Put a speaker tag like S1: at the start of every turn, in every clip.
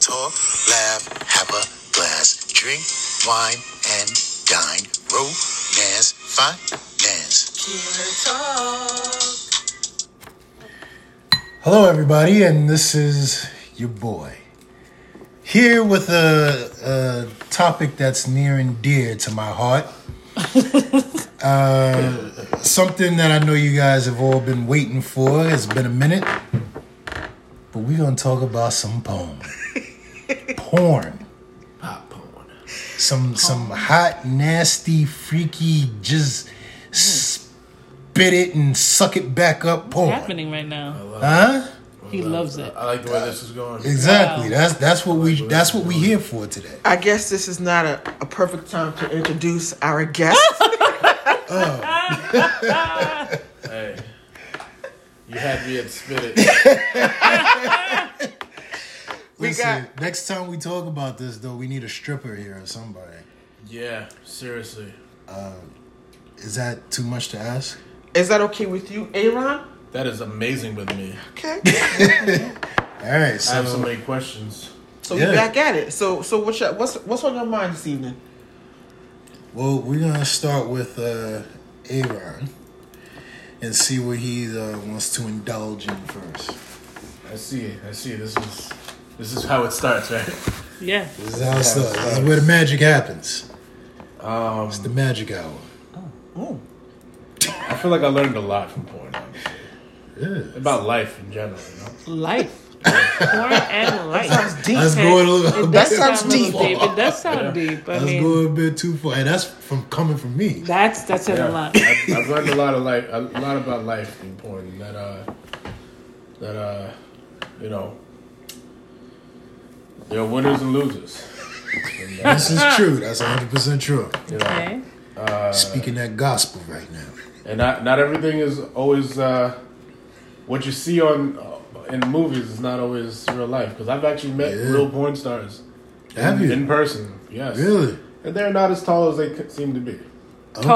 S1: talk, laugh, have a glass, drink wine, and dine. Romance, finance.
S2: Hello, everybody, and this is your boy here with a, a topic that's near and dear to my heart. uh, something that I know you guys have all been waiting for. It's been a minute, but we're gonna talk about some porn, porn,
S3: Pop porn.
S2: some some hot, nasty, freaky, just
S3: Mm.
S2: spit it and suck it back up porn.
S4: happening right now.
S2: Huh?
S4: He loves it.
S3: I like the way this is going.
S2: Exactly.
S4: Wow.
S2: That's that's what we that's what we here for today.
S5: I guess this is not a, a perfect time to introduce our guest.
S3: Hey. You had me at spit it.
S5: We
S2: Listen, next time we talk about this though, we need a stripper here or somebody.
S3: Yeah, seriously.
S2: Is that too much to ask?
S5: Is that okay with you, Aaron?
S3: That is amazing with me.
S5: Okay.
S2: All right,
S3: I have so
S2: so
S3: many questions.
S5: So
S2: Yeah.
S5: we back at it. So so what's your, what's what's on your mind this evening?
S2: well, we're gonna start with uh, Aaron and see what he uh, wants to indulge in first.
S3: I see it. I see it. This is this is how it starts, right?
S4: Yeah.
S2: This is how it starts. This is where the magic happens.
S3: Um,
S2: It's the magic hour.
S3: I feel like I learned a lot from porn, honestly.
S2: Yeah.
S3: About life in general, you know?
S4: Life. Porn and life.
S5: Sounds deep.
S2: That's going a little.
S4: It
S2: That's,
S4: does
S5: That sounds
S4: sound a little
S5: deep.
S4: deep. It does sound deep. I mean,
S2: going a bit too far, and that's from coming from me.
S4: that's that's said
S3: Yeah.
S4: a lot.
S3: I've, I've learned a lot of life, a lot about life in porn. and That uh, that uh, you know, there are winners and losers. And, uh,
S2: This is true. That's hundred percent true.
S3: you know,
S4: Okay.
S2: Uh, Speaking that gospel right now.
S3: and not not everything is always uh, what you see on uh, in movies is not always real life. Because I've actually met
S2: Yeah.
S3: real porn stars in,
S2: Have you?
S3: in person. Yes,
S2: Really?
S3: and they're not as tall as they c- seem to be.
S2: Okay.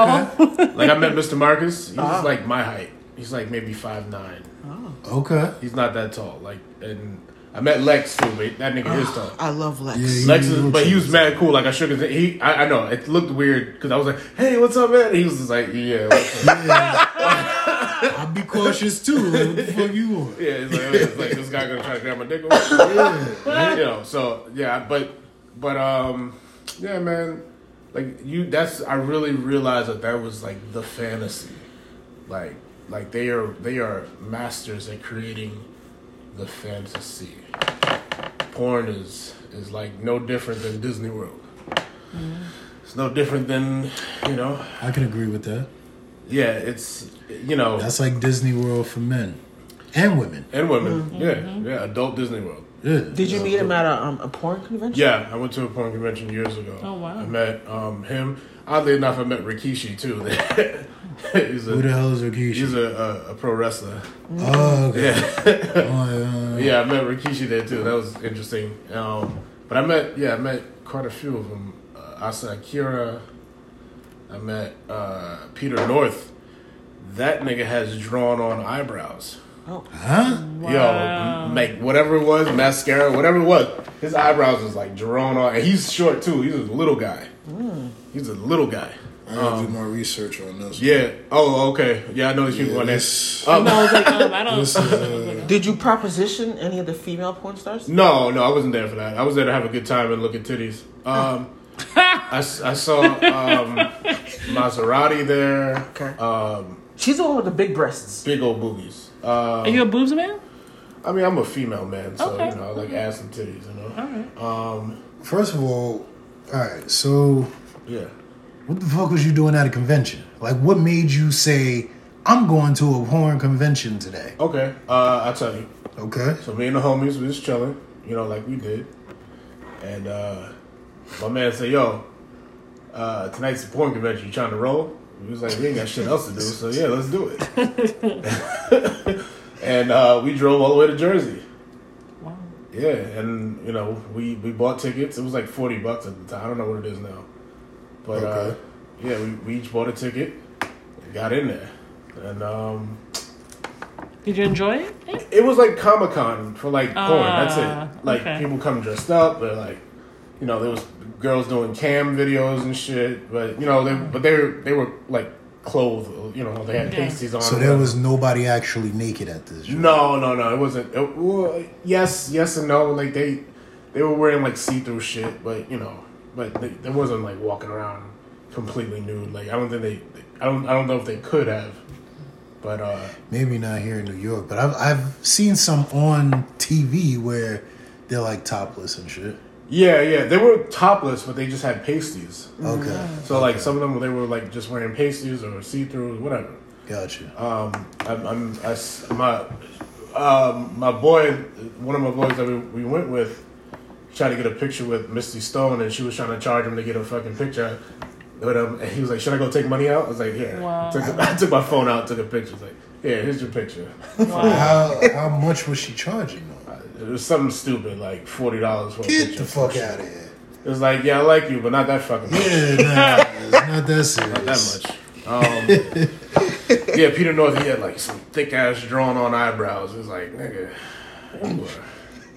S3: Like I met Mr. Marcus. He's like my height. He's like maybe five nine.
S2: Okay.
S3: He's not that tall. Like, and I met Lex too, but that nigga is tall.
S5: I love Lex.
S2: Yeah,
S3: Lex is,
S2: looks
S3: but he was
S2: like-
S3: mad cool. Like I shook his, he, I, I know it looked weird because I was like, "Hey, what's up, man?" He was just like, "Yeah, what's up?"
S2: I'd be cautious too. Like, what the fuck you want?
S3: yeah." It's like, it's like this guy gonna try to grab my dick, away. you know. So yeah, but but um, yeah, man. Like you, that's I really realized that that was like the fantasy. Like like they are they are masters at creating the fantasy. Porn is is like no different than Disney World. It's no different than you know.
S2: I can agree with that.
S3: Yeah, it's you know
S2: That's like Disney World for men and women.
S3: and women. Yeah, yeah, adult Disney World.
S2: Yeah.
S5: Did you meet him at a, um, a porn convention?
S3: Yeah, I went to a porn convention years ago.
S4: Oh, wow.
S3: I met um, him. Oddly enough, I met Rikishi too. he's
S2: Who the
S3: a
S2: hell is Rikishi?
S3: he's a, a, a pro wrestler.
S2: Oh, okay.
S3: Yeah.
S2: Oh, yeah.
S3: Yeah, I met Rikishi there too. That was interesting. Um, but I met, yeah, I met quite a few of them. Uh, Asa Akira. I met uh, Peter North. That nigga has drawn on eyebrows.
S2: Huh?
S3: Um, Yo, m- like whatever it was, mascara, whatever it was, his eyebrows was like drawn on. And he's short too. He's a little guy. He's a little guy.
S2: I gotta do more research on this.
S3: Yeah. Oh, okay. Yeah, I know these people
S2: Yeah,
S3: on there.
S2: this-
S3: Um,
S4: No, I was like, um, I don't.
S2: this is, uh,
S5: Did you proposition any of the female porn stars?
S3: No, no, I wasn't there for that. I was there to have a good time and look at titties. Um, I, s- I saw um, Maserati there.
S5: Okay.
S3: Um,
S5: She's the one with the big breasts.
S3: big old boobies. Uh,
S4: Are you a boobs man?
S3: I mean, I'm a female man, so
S4: Okay.
S3: you know, I like ass and titties. You know.
S2: first of all, all right. So,
S3: Yeah.
S2: what the fuck was you doing at a convention? Like, what made you say, "I'm going to a porn convention today"?
S3: Okay. Uh, I'll tell you.
S2: Okay.
S3: So me and the homies we just chilling, you know, like we did. And uh my man said, "Yo, uh, tonight's the porn convention. You trying to roll?" We was like, "We ain't got shit else to do, so yeah, let's do it." and uh, we drove all the way to Jersey.
S4: Wow.
S3: Yeah, and you know, we we bought tickets. It was like forty bucks at the time. I don't know what it is now, but uh,
S2: Okay.
S3: yeah, we, we each bought a ticket, and got in there, and um,
S4: Did you enjoy it?
S3: It was like Comic Con for like porn. That's
S4: Ah,
S3: it. Like
S4: okay.
S3: people come dressed up. They're like, you know, there was girls doing cam videos and shit. But you know, they but they were they were like clothed. You know, they had
S4: Mm-hmm. Yeah.
S3: pasties on.
S2: So there was nobody actually naked at this. joint.
S3: no, no, no. It wasn't. It, well, yes, yes, and no. Like they they were wearing like see through shit. But you know, but they, they wasn't like walking around completely nude. Like I don't think they. I don't. I don't know if they could have. But uh,
S2: maybe not here in New York, but I've I've seen some on TV where they're like topless and shit.
S3: yeah, yeah, they were topless, but they just had pasties.
S2: Okay,
S5: Mm.
S3: So like some of them they were like just wearing pasties or see throughs, whatever.
S2: gotcha.
S3: Um, I'm, I'm I s- my um, my boy, one of my boys that we, we went with, tried to get a picture with Misty Stone, and she was trying to charge him to get a fucking picture. But um, and he was like, "Should I go take money out?" I was like, "Yeah."
S4: Wow.
S3: Took, I took my phone out, took a picture. It's like, "Yeah, here's your picture."
S4: Wow.
S2: how how much was she charging? Though?
S3: It was something stupid, like forty dollars for a
S2: Get
S3: picture.
S2: the fuck out of here!
S3: It was like, "Yeah, I like you, but not that fucking." much."
S2: Yeah, nah, it's not that serious.
S3: that much. Um, yeah, Peter North, he had like some thick ass drawn on eyebrows. It was like, nigga.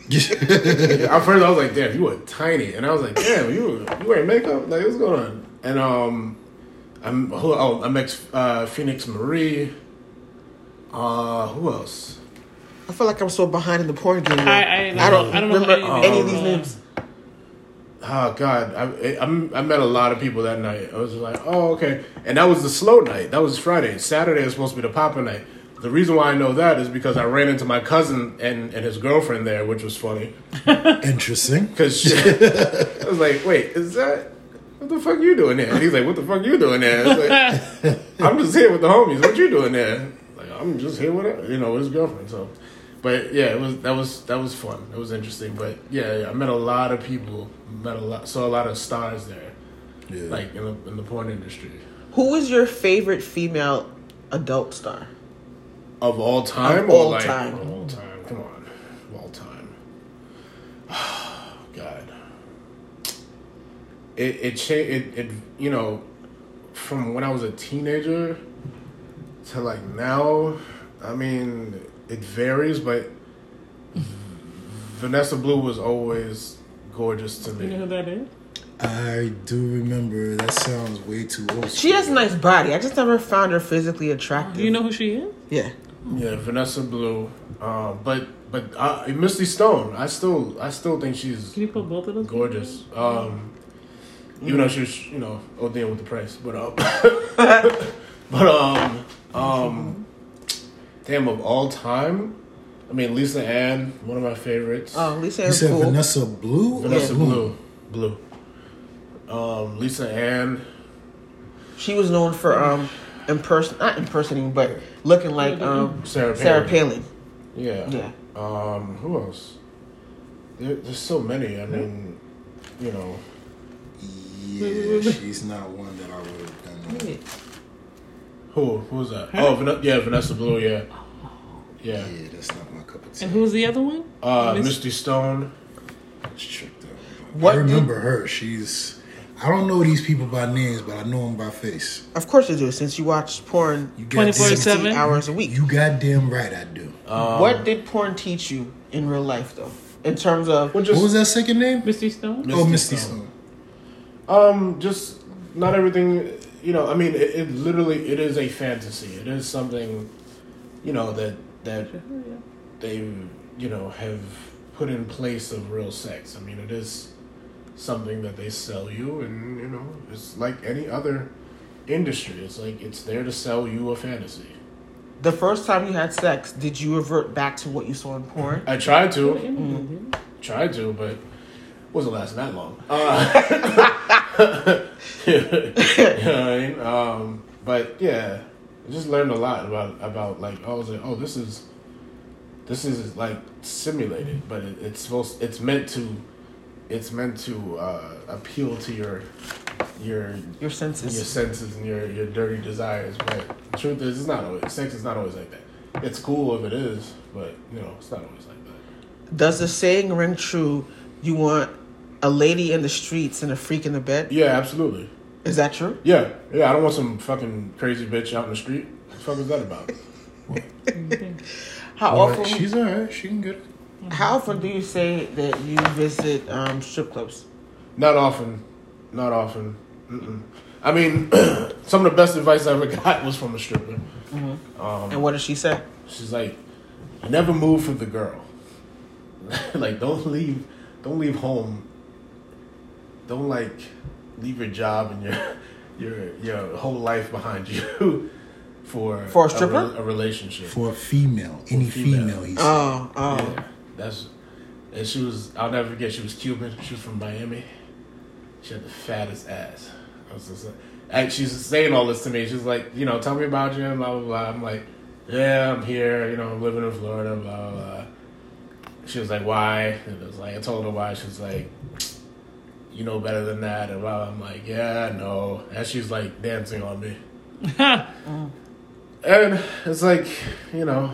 S3: you were- At first, I was like, damn, you were tiny. And I was like, damn, you, you wearing makeup? Like, what's going on? And um, I'm, who, oh, I met uh, Phoenix Marie. Uh, who else?
S5: I feel like I'm so behind in the porn game.
S4: I- I don't- I don't know
S5: remember
S4: anything
S5: any of these
S4: about-
S5: names.
S3: Oh God, I, I I'm- I met a lot of people that night. I was like, oh okay, and that was the slow night. That was Friday. Saturday is supposed to be the popper night. The reason why I know that is because I ran into my cousin and, and his girlfriend there, which was funny.
S2: Interesting.
S3: Cause she, I was like, wait, is that what the fuck you doing there? And he's like, what the fuck you doing there? It's like, I'm just here with the homies. What you doing there? Like I'm just here with her, you know with his girlfriend. So, but yeah, it was that was that was fun. It was interesting. But yeah, yeah I met a lot of people. Met a lot, saw a lot of stars there,
S2: Yeah.
S3: like in the in the porn industry
S5: Who is your favorite female adult star?
S3: of all time.
S5: Of
S3: or,
S5: all
S3: like,
S5: time.
S3: Of all time. Come on, of all time. God. it it, cha- it it you know from when I was a teenager to like now, I mean it varies, but Vanessa Blue was always gorgeous to
S4: You know
S3: me.
S4: who that is?
S2: I do remember. That sounds way too old.
S5: She has a nice body. I just never found her physically attractive.
S4: Do you know who she is?
S5: Yeah.
S3: Yeah, Vanessa Blue, um, but but uh, Misty Stone, I still I still think she's
S4: Can you put both of those?
S3: gorgeous. Um, even though she was, you know, ODing with the price, but um, but um, um, damn, of all time, I mean, Lisa Ann, one of my favorites.
S5: Oh, Lisa
S2: You
S5: is
S2: said
S5: cool.
S2: Vanessa Blue. or
S3: Vanessa
S2: Blue?
S3: Blue, Blue. Um, Lisa Ann,
S5: She was known for um, imperson not impersonating, but looking like um,
S3: Sarah,
S5: Sarah
S3: Palin.
S5: Palin.
S3: Yeah.
S5: Yeah.
S3: Um, who else? There, there's so many. I mean, you know,
S2: Yeah, she's not one that I would have done. That.
S3: who who was that? Oh, Van- yeah, Vanessa Blue. Yeah, yeah.
S2: Yeah, that's not my cup of tea.
S4: And who's the other one?
S3: Uh,
S4: Miss-
S3: Misty Stone.
S2: It's tricked up.
S5: What
S2: I
S5: did-
S2: remember her. She's. I don't know these people by names, but I know them by face.
S5: Of course you do, since you watch porn
S2: You
S4: 24/7.
S2: goddamn,
S5: 16
S4: Seven?
S5: hours a week.
S2: you goddamn right, I do.
S5: Uh, what did porn teach you in real life, though? In terms of
S3: Well, just-
S2: what was that second name?
S4: Misty Stone?
S2: oh, Misty Stone.
S3: Um, just not everything. You know, I mean, it, it literally it is a fantasy. It is something, you know, that that they you know have put in place of real sex. I mean, it is something that they sell you, and you know, it's like any other industry. It's like it's there to sell you a fantasy.
S5: the first time you had sex, did you revert back to what you saw in porn?
S3: I tried to,
S4: Mm.
S3: tried to, but it wasn't lasting that long. You know what I mean? Um, but yeah, I just learned a lot about about like I was like, oh, this is this is like simulated, but it, it's supposed it's meant to it's meant to uh, appeal to your your
S5: Your
S3: your
S5: senses.
S3: senses and your your dirty desires. But the truth is, it's not always sex is not always like that. It's cool if it is, but you know, it's not always like that.
S5: Does the saying ring true? You want a lady in the streets and a freak in the bed?
S3: Yeah, absolutely.
S5: Is that true?
S3: Yeah, yeah. I don't want some fucking crazy bitch out in the street. What the fuck is that about?
S5: How
S2: But
S5: often?
S2: she's alright. She can get it.
S5: How often do you say that you visit um, strip clubs?
S3: Not often. Not often. Mm-mm. I mean, some of the best advice I ever got was from a stripper.
S5: and what does she say?
S3: She's like, never move for the girl. like, don't leave, don't leave home. Don't like leave your job and your your your whole life behind you for
S5: For a stripper?
S3: a, re- a relationship.
S2: For a female, any
S3: female.
S2: female, he said.
S5: Oh, oh.
S3: Yeah, that's and she was. I'll never forget. She was Cuban. She was from Miami. She had the fattest ass. I was just like, and she's saying all this to me. She's like, you know, tell me about you. and Blah blah blah. I'm like, yeah, I'm here. You know, I'm living in Florida. Blah blah. blah. She was like, why? And it was like, I told her why. She was like, you know better than that. And blah. I'm like, yeah, I know. And she's like dancing on me. and it's like, you know,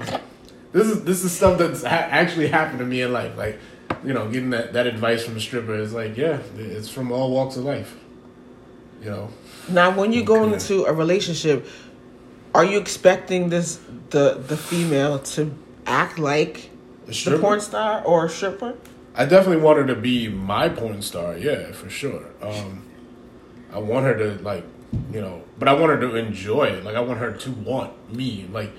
S3: this is this is stuff that's ha- actually happened to me in life. Like, you know, getting that, that advice from a stripper is like, yeah, it's from all walks of life. You know,
S5: Now, when you go into a relationship, are you expecting this the the female to act like
S3: a
S5: the porn star or a stripper?
S3: I definitely want her to be my porn star. Yeah, for sure. Um, I want her to like, you know, but I want her to enjoy it. Like, I want her to want me. Like,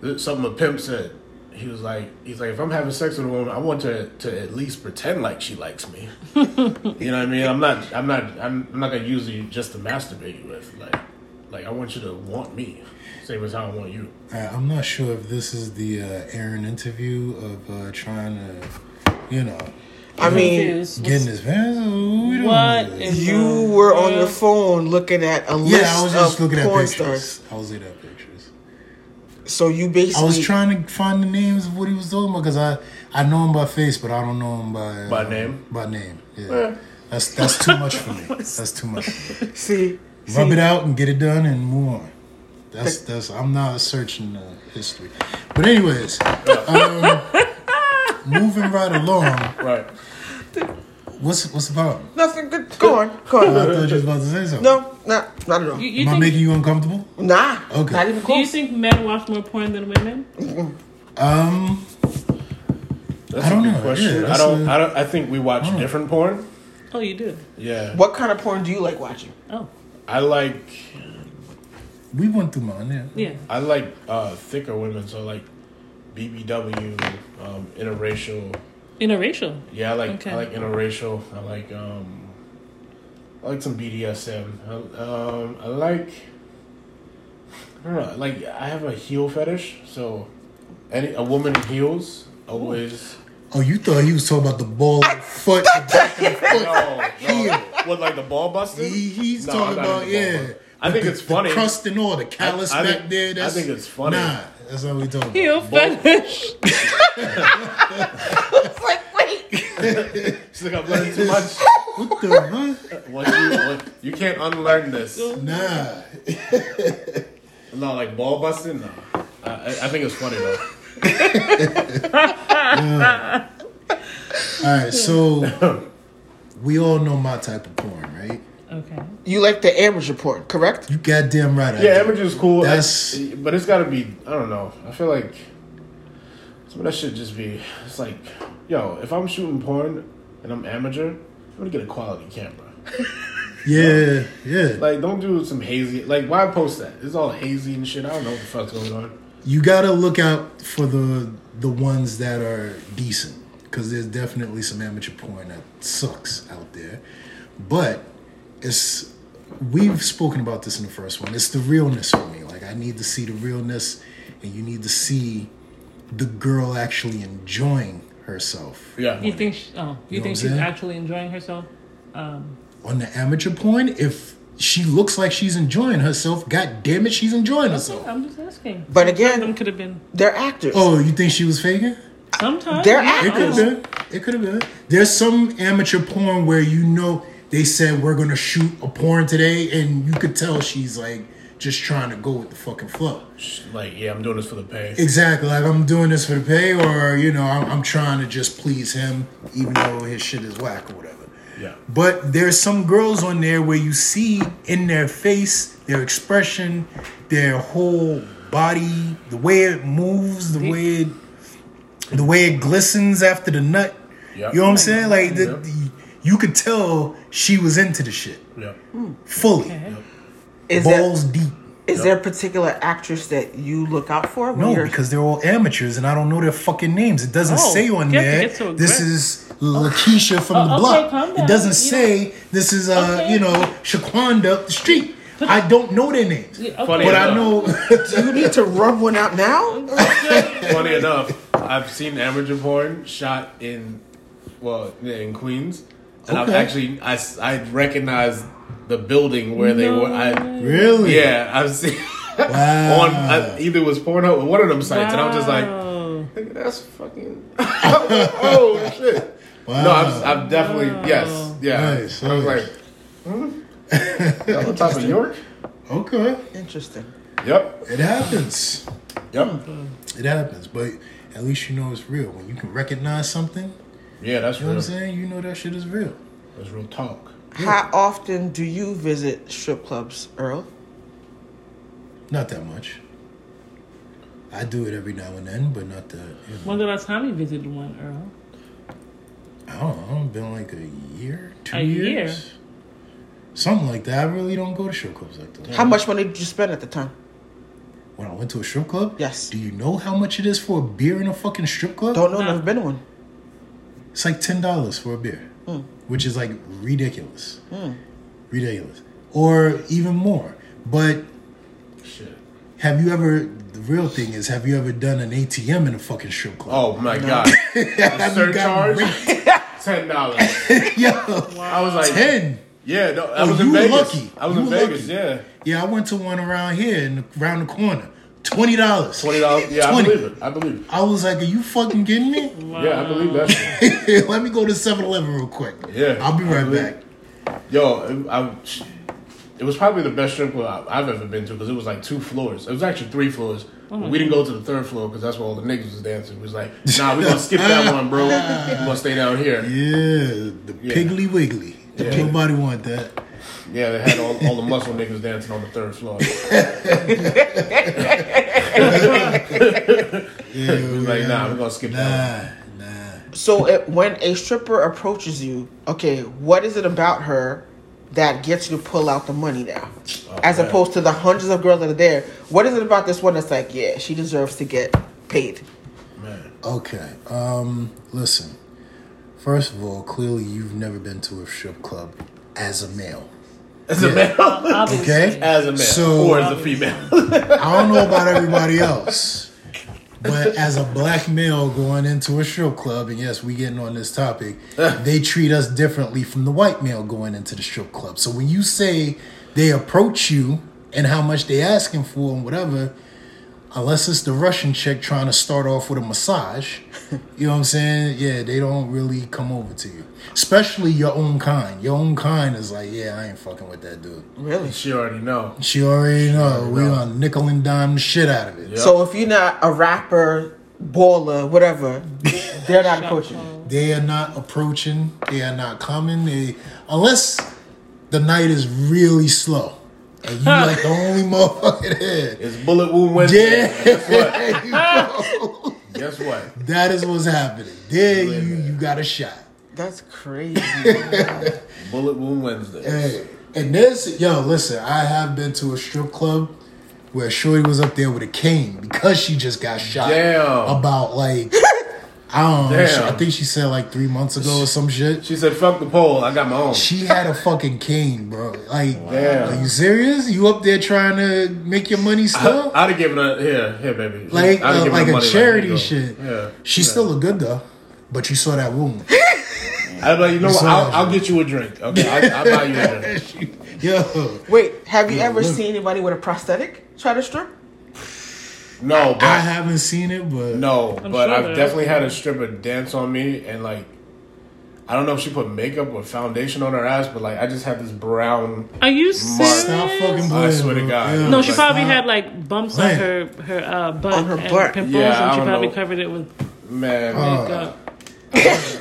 S3: th- something a pimp said. He was like, he's like, if I'm having sex with a woman, I want her to at least pretend like she likes me. you know what I mean? I'm not, I'm not, I'm, I'm not gonna use you just to masturbate with. Like, like I want you to want me, same as how I want you.
S2: Uh, I'm not sure if this is the uh, Aaron interview of uh, trying to, you know,
S5: I mean,
S4: Confused.
S2: getting his fans. We don't
S4: What
S2: know
S4: is-
S2: this.
S5: you were on your
S4: Yeah.
S5: phone looking at a list
S2: Yeah, I was just
S5: of
S2: looking at
S5: porn
S2: pictures.
S5: stars.
S2: I was looking at pictures.
S5: So you basically
S2: I was trying to find the names of what he was talking about because I, I know him by face, but I don't know him by uh,
S3: By name?
S2: By name, yeah. That's that's too much for me. That's too much. For me.
S5: see.
S2: Rub it out and get it done and move on. That's that's. I'm not searching the history, but anyways, um, moving right along.
S3: Right.
S2: What's what's the problem?
S5: Nothing good. Go on, go
S2: I
S5: on.
S2: thought you was about to say something.
S5: No, not not at all.
S4: You, you
S2: Am I
S4: think,
S2: making you uncomfortable?
S5: Nah,
S2: Okay.
S5: not even
S4: do you
S5: close.
S4: think men watch more porn than women?
S2: Um,
S3: That's
S2: I don't
S3: a good
S2: know. Yeah,
S3: question. I
S2: that's
S3: don't.
S2: a-
S3: I I don't. I think we watch different porn.
S4: Oh, you do.
S3: Yeah.
S5: What kind of porn do you like watching?
S4: Oh,
S3: I like
S2: we went through mine. Yeah.
S4: yeah.
S3: I like uh, thicker women, so like BBW, um, interracial.
S4: Interracial.
S3: Yeah, I like
S4: Okay.
S3: I like interracial. I like um, I like some BDSM. I, um, I like I don't know. Like I have a heel fetish, so any a woman in heels always.
S2: Oh, you thought he was talking about the ball foot. the back of the foot.
S3: No, no. What like the ball buster?
S2: He, he's
S3: No,
S2: talking
S3: I'm not
S2: about
S3: into ball
S2: yeah.
S3: busting. I think
S2: the,
S3: it's funny.
S2: The crust and all the callus
S3: I- I
S2: back
S3: think- I
S2: there. That's,
S3: think it's funny.
S2: Nah, that's not what we talking about.
S4: Heel fetish.
S5: Like, wait,
S3: She's like, I've learned too much.
S2: What the fuck?
S3: What you, what, you can't unlearn this.
S2: Nah.
S3: No, like ball busting. No, I, I I think it's funny though.
S2: All right, so we all know my type of porn, right?
S4: Okay.
S5: you like the amateur porn, correct?
S2: You goddamn right. I
S3: Yeah,
S2: do.
S3: Amager is cool.
S2: That's-
S3: I- but it's got to be. I don't know. I feel like some of that should just be. It's like, yo, if I'm shooting porn and I'm amateur, I'm gonna get a quality camera.
S2: Yeah, yeah.
S3: Like, don't do some hazy. Like, why post that? It's all hazy and shit. I don't know what the fuck's going on.
S2: you gotta look out for the the ones that are decent because there's definitely some amateur porn that sucks out there but it's we've spoken about this in the first one it's the realness for me like i need to see the realness and you need to see the girl actually enjoying herself
S3: Yeah,
S4: You think? She, oh, you,
S2: what I'm
S4: think she's
S2: saying?
S4: actually enjoying herself? Um,
S2: on the amateur porn if she looks like she's enjoying herself god damn it she's enjoying herself
S4: I'm just asking.
S5: But
S4: Some
S5: again,
S4: could have been.
S5: they're actors.
S2: oh you think she was faking
S4: Sometimes
S5: They're
S4: yeah.
S2: It could have been. It could have been. There's some amateur porn where you know they said we're gonna shoot a porn today, and you could tell she's like just trying to go with the fucking flow.
S3: like, yeah, I'm doing this for the pay.
S2: Exactly. Like I'm doing this for the pay, or you know, I'm, I'm trying to just please him, even though his shit is whack or whatever.
S3: yeah,
S2: But there's some girls on there where you see in their face, their expression, their whole body, the way it moves, the way it, the way it glistens after the nut.
S3: Yep.
S2: You know what I'm saying? Like the,
S3: Yep.
S2: the- you could tell she was into the shit
S3: Yep.
S2: fully,
S5: Is there,
S2: balls deep.
S5: is there a particular actress that you look out for? when
S2: No,
S5: you're-
S2: because they're all amateurs and I don't know their fucking names. It doesn't
S4: Oh,
S2: say on
S4: you have to
S2: there.
S4: get to a
S2: This
S4: grip.
S2: is Lakeisha from
S4: Oh,
S2: the
S4: okay,
S2: block.
S4: calm
S2: it
S4: down.
S2: doesn't
S4: You
S2: say this is uh
S4: Okay.
S2: you know Shaquanda up the street. I don't know their names,
S4: Yeah,
S3: Funny
S2: but
S4: okay.
S2: I
S3: enough,
S2: know.
S5: do you need to rub one out now?
S3: Funny enough, I've seen amateur porn shot in, well, yeah, in Queens, and I've
S2: Okay.
S3: actually I s- I recognize the building where they were. I
S2: really? Uh,
S3: yeah, I've seen
S2: Wow.
S3: on I, either it was Pornhub or one of them sites, and I'm just like,
S4: Wow.
S3: "Nigga, that's fucking. oh shit!
S2: Wow.
S3: No, I'm, I'm definitely yes, yeah.
S2: Nice,
S3: I was
S2: nice.
S3: like, hmm? That on top of York.
S2: okay.
S5: Interesting.
S3: Yep,
S2: It happens.
S3: yep.
S2: It happens, but at least you know it's real. When you can recognize something, you know
S3: Yeah, that's
S2: what
S3: real.
S2: I'm saying? You know that shit is real.
S3: That's real talk.
S5: How often do you visit strip clubs, Earl?
S2: Not that much. I do it every now and then, but not that. You know,
S4: When's the last time you visited one, Earl?
S2: Oh, I don't know. It's been like a year, two
S4: A year?
S2: years, something like that. I really don't go to strip clubs like that.
S5: How much money did you spend at the time?
S2: When I went to a strip club,
S5: Yes.
S2: Do you know how much it is for a beer in a fucking strip club?
S5: Don't know, never been to one.
S2: It's like ten dollars for a beer,
S5: Hmm.
S2: which is like ridiculous, ridiculous, or even more. But
S3: Shit.
S2: have you ever? The real thing is, have you ever done an ATM in a fucking strip club?
S3: Oh my god. The surcharge? Ten dollars.
S5: Oh.
S2: yo,
S3: I was like
S2: ten.
S3: Yeah, no, I
S2: Oh,
S3: was in
S2: you
S3: Vegas.
S2: lucky.
S3: I was
S2: You
S3: in Vegas,
S2: lucky.
S3: yeah.
S2: Yeah, I went to one around here and around the corner. Twenty dollars.
S3: Twenty dollars. Yeah, I
S2: 20.
S3: believe it. I believe it.
S2: I was like, "Are you fucking kidding me?
S3: Yeah, I believe that.
S2: Let me go to 7-Eleven real quick.
S3: Yeah,
S2: I'll be
S3: I
S2: right
S3: believe-
S2: back."
S3: Yo, I, I- it was probably the best strip club I- I've ever been to because it was like two floors. It was actually three floors.
S2: Oh
S3: we didn't go to the third floor because that's where all the niggas was dancing. It was like, nah, we gonna skip that one, bro. We gonna stay down here.
S2: Yeah, the
S3: Yeah.
S2: Piggly Wiggly.
S3: Yeah.
S2: Nobody want that.
S3: Yeah, they had all, all the muscle niggas dancing on the third floor.
S2: Yeah,
S3: It was like, nah, we're gonna skip that one.
S2: nah, nah.
S5: So it, when a stripper approaches you, okay, what is it about her that gets you to pull out the money now?
S2: Oh,
S5: As
S3: man.
S5: opposed to the hundreds of girls that are there, what is it about this one that's like, yeah, she deserves to get paid?
S3: Man.
S2: Okay. Um, listen. First of all, clearly you've never been to a strip club as a male.
S3: As a male,
S4: Obviously.
S2: Okay.
S3: as a male,
S2: So-
S3: or as a female.
S2: I don't know about everybody else, but as a black male going into a strip club, and yes, we getting on this topic, they treat us differently from the white male going into the strip club. So when you say they approach you and how much they asking for and whatever, unless it's the Russian chick trying to start off with a massage, you know what I'm saying? Yeah, they don't really come over to you, especially your own kind. Your own kind is like, yeah, I ain't fucking with that dude.
S5: Really?
S3: She already know.
S2: She already know we on nickel and dime the shit out of it.
S5: So if you're not a rapper, baller, whatever, they're not approaching you.
S2: They are not approaching. They are not coming. They, unless the night is really slow and you like the only motherfucker there.
S3: It's bullet wound Wednesday.
S2: Yeah,
S3: Guess what?
S2: that is what's happening. There you you got a shot.
S5: That's crazy.
S3: Bullet wound Wednesday.
S2: Hey, and this yo, listen. I have been to a strip club where Shorty was up there with a cane because she just got shot.
S3: Damn.
S2: About like. I don't know. she- I
S3: Damn.
S2: think she said like three months ago or some shit.
S3: She said, "Fuck the pole. I got my own."
S2: She had a fucking cane, bro. Like,
S3: Damn.
S2: are you serious? You up there trying to make your money still?
S3: I'd have given her here, here, baby. I'd
S2: like,
S3: have
S2: uh,
S3: given her
S2: like a
S3: money, here
S2: charity
S3: you go.
S2: shit.
S3: Yeah,
S2: She still look good though, but you saw that wound.
S3: I'd be like, you know what?
S2: saw
S3: I'll,
S2: that
S3: I'll get you a drink. Okay, I, I'll buy you a drink.
S2: Yo,
S5: Wait, have you ever
S2: look.
S5: seen anybody with a prosthetic try to strip?
S3: No, but
S2: I haven't seen it, but
S3: no, but
S4: sure
S3: I've
S4: there
S3: definitely had a stripper dance on me, and like, I don't know if she put makeup or foundation on her ass, but like, I just had this brown.
S4: Are you serious?
S2: stop fucking playing.
S3: swear to
S2: bro.
S3: God.
S2: Yeah.
S4: No, she
S3: Like,
S4: probably
S2: stop.
S4: had like bumps on
S2: Man.
S4: her her uh, butt,
S5: On her
S4: and
S5: butt.
S4: pimples,
S3: Yeah, I
S4: and she
S3: don't
S4: probably
S3: know. Uh,
S4: covered it with
S3: Man,
S2: Uh.
S4: makeup.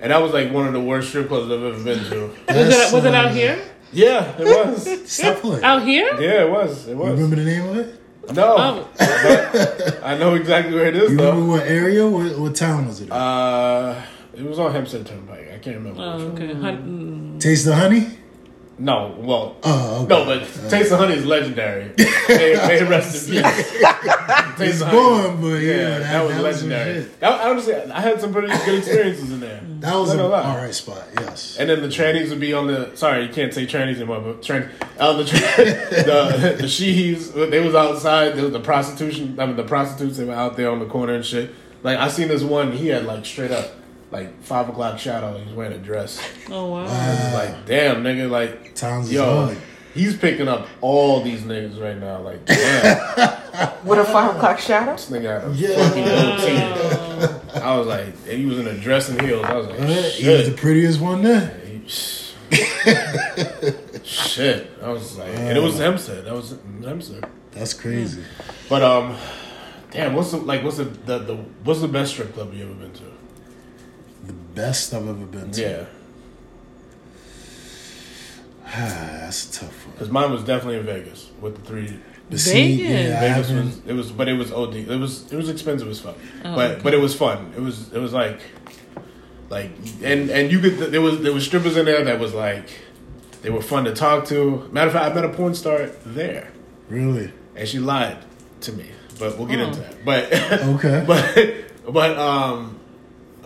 S3: and that was like one of the worst strip clubs I've ever been to.
S4: was
S2: That's,
S4: it was it
S2: uh,
S4: out here?
S3: Yeah, it was.
S2: Stop playing.
S4: Out here?
S3: Yeah, it was. It was.
S2: Remember the name of it?
S3: No, Um,
S4: Oh.
S3: but I know exactly where it is
S2: You
S3: though.
S2: remember what area? What, what town was it? in?
S3: Uh, it was on Hempstead Turnpike. I can't remember.
S4: Oh,
S3: which one.
S4: okay. Hun-
S2: Taste the honey?
S3: No, well,
S2: Oh, okay.
S3: no, but Taste of Honey is legendary. May, may rest in peace. Taste
S2: It's
S3: of
S2: gone, but yeah,
S3: yeah,
S2: that,
S3: that, was
S2: some
S3: legendary.
S2: shit.
S3: That, I honestly, I had some pretty good experiences in there.
S2: That was
S3: Not
S2: an
S3: gonna lie.
S2: alright spot. Yes.
S3: And then the trannies would be on the. Sorry, you can't say trannies anymore, but trans. Uh, the, tran the the she's they was outside. There was the prostitution. I mean, the prostitutes they were out there on the corner and shit. Like I seen this one. He had like straight up like five o'clock shadow. He was wearing a dress.
S4: oh wow.
S3: Uh, Like damn nigga, like
S2: Times is
S3: yo,
S2: hard.
S3: he's picking up all these niggas right now. Like damn,
S5: With a five o'clock shadow?
S3: this nigga had a
S2: Yeah.
S3: fucking goatee. I was like, and he was in a dress and heels. I was like,
S2: But he was the
S3: shit.
S2: prettiest one there.
S3: Shit, I was like, and it was Hempstead. That was Hempstead.
S2: That's crazy.
S3: But um, damn, what's the like? What's the, the the what's the best strip club you ever been to?
S2: The best I've ever been to.
S3: Yeah,
S2: Ah, That's a tough one.
S3: because mine was definitely in Vegas with the three.
S2: But see,
S4: Vegas.
S2: yeah, I
S3: Vegas
S2: haven't.
S3: was it was, but it was od. It was it was expensive as fuck, but but it was fun. It was it was like, like and and you could there was there was strippers in there that was like, they were fun to talk to. Matter of fact, I met a porn star there,
S2: Really?
S3: and she lied to me. But we'll get into that. But
S2: Okay.
S3: but but um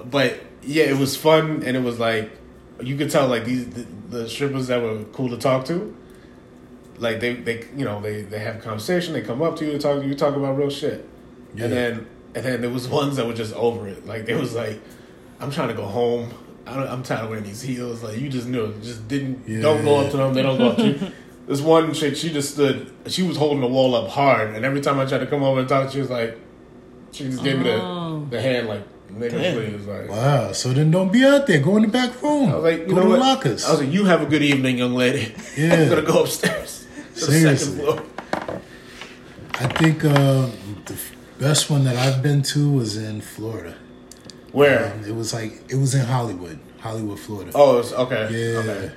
S3: but yeah it was fun and it was like you could tell like these the, the strippers that were cool to talk to like they they you know they they have conversation they come up to you and talk you talk about real shit
S2: Yeah.
S3: and then and then there was ones that were just over it like they was like i'm trying to go home I don't, i'm tired of wearing these heels like you just knew it. just didn't don't go up to them they don't go up to you this one chick she just stood she was holding the wall up hard and every time i tried to come over and talk she was like she just gave
S4: Oh.
S3: me the, the hand like nigga please like
S2: Wow. So then don't be out there. Go in the back room.
S3: I was like you
S2: go
S3: know
S2: to
S3: what?
S2: the lockers.
S3: I was like you have a good evening young lady I'm
S2: Yeah.
S3: gonna go upstairs to the second
S2: Seriously.
S3: floor
S2: I think uh, the f- best one that I've been to was in Florida.
S3: where
S2: It was like it was in Hollywood, Hollywood, Florida.
S3: oh it's, okay
S2: yeah.
S3: okay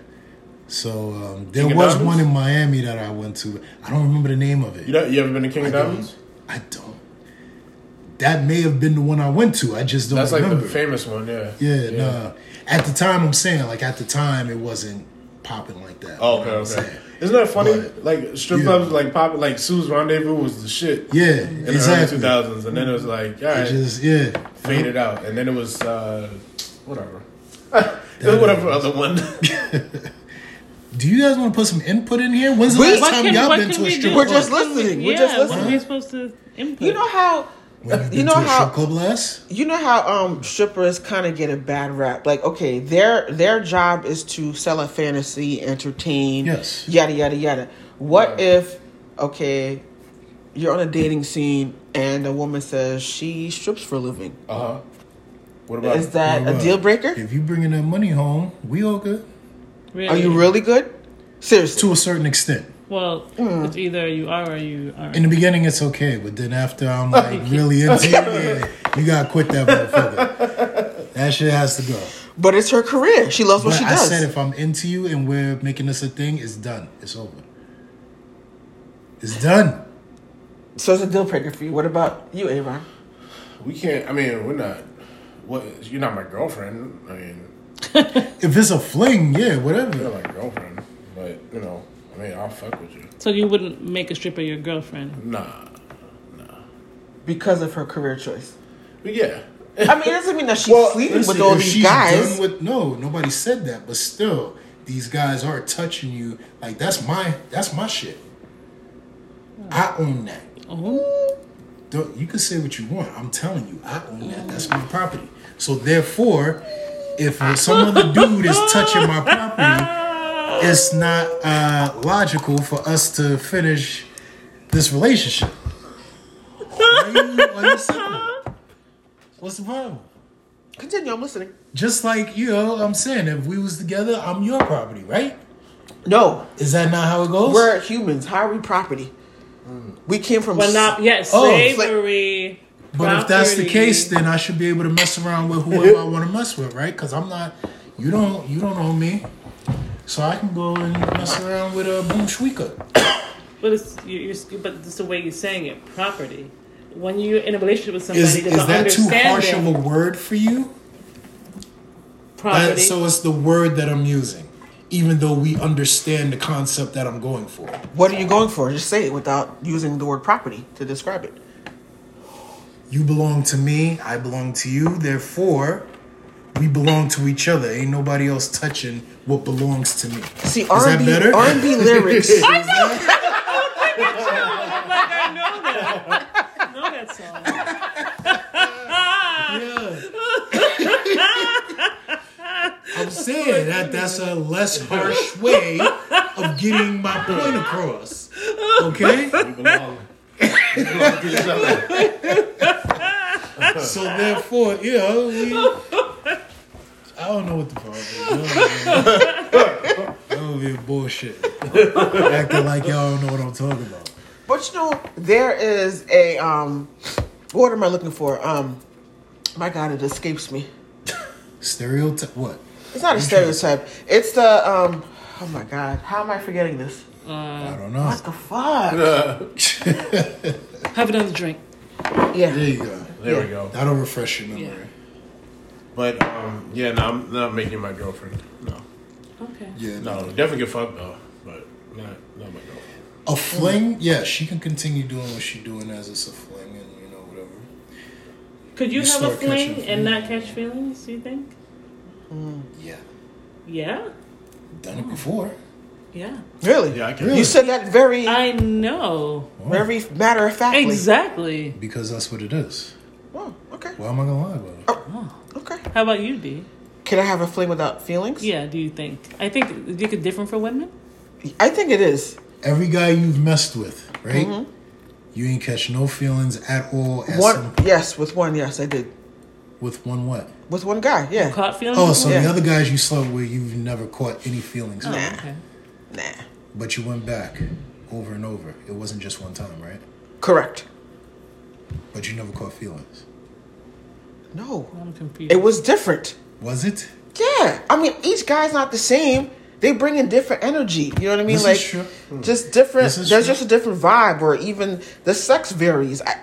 S2: So um, there
S3: King of
S2: was
S3: Diamonds?
S2: one in Miami that I went to. I don't remember the name of it.
S3: you know you ever been to King of
S2: I don't.
S3: Diamonds
S2: I don't. That may have been the one I went to. I just don't
S3: that's like
S2: remember.
S3: the famous one yeah
S2: Yeah, no. At the time, I'm saying like at the time it wasn't popping like that.
S3: Oh,
S2: you
S3: okay,
S2: know what I'm
S3: okay.
S2: saying?
S3: Isn't that funny?
S2: But-
S3: like strip
S2: Yeah.
S3: clubs, like pop, like Sue's Rendezvous was the shit.
S2: Yeah,
S3: in
S2: exactly.
S3: the early two thousands, and then it was like, all
S2: It
S3: right,
S2: just yeah,
S3: faded out, and then it was uh, whatever. It was whatever other one.
S2: Do you guys want to put some input in here? When's the
S5: We-
S2: last
S5: What
S2: time
S4: can-
S2: y'all
S4: what
S2: been
S4: can
S2: to a
S4: we
S2: strip
S4: do?
S5: We're
S2: club?
S5: just
S4: What can we-
S5: listening. We're
S4: yeah,
S5: just
S4: What are
S5: listening.
S4: we supposed to input?
S5: You know how
S2: When you been
S5: you know
S2: to a
S5: how
S2: strip club last?
S5: you know how um strippers kind of get a bad rap like okay their their job is to sell a fantasy entertain
S2: Yes.
S5: yada yada yada what if okay you're on a dating scene and a woman says she strips for a living
S3: Uh huh. What about?
S5: is that a
S2: Well,
S5: deal breaker
S2: If you bringing that money home, we all good
S4: really?
S5: are you really good seriously
S2: to a certain extent.
S4: Well,
S2: Mm.
S4: it's either you are or you aren't.
S2: In the beginning, it's okay, but then after I'm like really into it, yeah, you gotta quit that motherfucker. That shit has to go.
S5: but it's her career she loves what
S2: But
S5: she
S2: I
S5: does
S2: said if I'm into you and we're making this a thing, it's done. It's over. It's done.
S5: so it's a deal breaker for you what about you Aaron
S3: we can't. I mean, we're not. What? You're not my girlfriend. I mean,
S2: If it's a fling, yeah, whatever.
S3: you're not my girlfriend, but you know, I mean, I'll fuck with you.
S4: so you wouldn't make a stripper your girlfriend.
S3: Nah.
S5: because of her career choice
S3: But yeah.
S5: I mean it doesn't mean that she's sleeping
S2: Listen,
S5: with all
S2: if
S5: these
S2: she's
S5: guys
S2: done with- no, nobody said that, but still, these guys are touching you. Like that's my that's my shit. I own that.
S4: Oh,
S2: Don't- you can say what you want. I'm telling you, I own that. That's my property. So therefore, if some other dude is touching my property, it's not uh, logical for us to finish this relationship. Why you- why you sipping? What's the problem?
S5: continue I'm listening
S2: Just like you know, I'm saying if we was together, I'm your property, right?
S5: no
S2: Is that not how it goes?
S5: We're humans. How are we property? We came from.
S4: but not yes,
S2: Oh, it's
S5: like-
S4: slavery.
S2: But if that's the
S4: property.
S2: case, then I should be able to mess around with whoever I want to mess with, right? Because I'm not, you don't, uh, you don't own me, so I can go and mess around with a boom shweka.
S4: But it's you, you're, but it's the way you're saying it. Property. When you're in a relationship with somebody,
S2: Is
S4: there's
S2: is
S4: an
S2: that too
S4: understanding.
S2: harsh of a word for you?
S4: property.
S2: That, so it's the word that I'm using, even though we understand the concept that I'm going for.
S5: What are you going for? Just say it without using the word property to describe it.
S2: You belong to me. I belong to you. Therefore, we belong to each other. Ain't nobody else touching what belongs to me.
S5: See,
S2: that
S5: R and B
S2: better?
S5: R and B lyrics.
S4: I'm like I know that. I know that song.
S2: I'm saying that that's a less harsh way of getting my point across. Okay? So therefore, yeah, we. I don't know what the problem is. That would be bullshit. Acting like y'all don't know what I'm talking about.
S5: But you know, there is a um what am I looking for? Um my god, it escapes me.
S2: Stereotype. What?
S5: It's not a stereotype. It's the um oh my god, how am I forgetting this?
S2: I don't know.
S5: What the fuck?
S4: Have another drink.
S2: There
S5: Yeah.
S2: you go.
S3: There we go.
S2: That'll refresh your memory.
S3: But um, yeah, no, I'm not making my girlfriend. No,
S4: Okay.
S2: Yeah.
S3: no, definitely get fucked though, but not not my girlfriend.
S2: A fling, yeah, she can continue doing what she's doing as it's a fling and you know whatever.
S4: Could you,
S2: You
S4: have a
S2: start catching
S4: fling and not
S2: feelings.
S4: catch feelings? Do you think?
S2: Mm, Yeah,
S4: Yeah.
S2: done it before.
S4: Yeah.
S5: Really?
S3: Yeah, I can.
S5: You said that very
S4: I know.
S5: very matter of factly.
S4: Exactly.
S2: Because that's what it is.
S5: Oh, okay.
S2: Why am I gonna lie about it?
S5: Okay.
S4: How about you, D?
S5: Can I have a fling without feelings?
S4: Yeah. Do you think? I think is it different for women.
S5: I think it is.
S2: Every guy you've messed with, right? You ain't catch no feelings at all. At
S5: One
S2: some,
S5: yes, with one, yes, I did.
S2: with one what?
S5: With one guy, yeah.
S4: Caught feelings.
S2: Oh, so
S5: Mm-hmm. Yeah.
S2: the other guys you slept with, you've never caught any feelings, from,
S4: Okay.
S5: Nah.
S2: but you went back over and over. It wasn't just one time, right?
S5: Correct.
S2: But you never caught feelings.
S5: No.
S4: I'm confused.
S5: It was different.
S2: Was it?
S5: Yeah, I mean, each guy's not the same. They bring in different energy. You know what I mean?
S2: This is
S5: like,
S2: true. Hmm.
S5: just different.
S2: This
S5: There's
S2: is true.
S5: just a different vibe, or even the sex varies. I,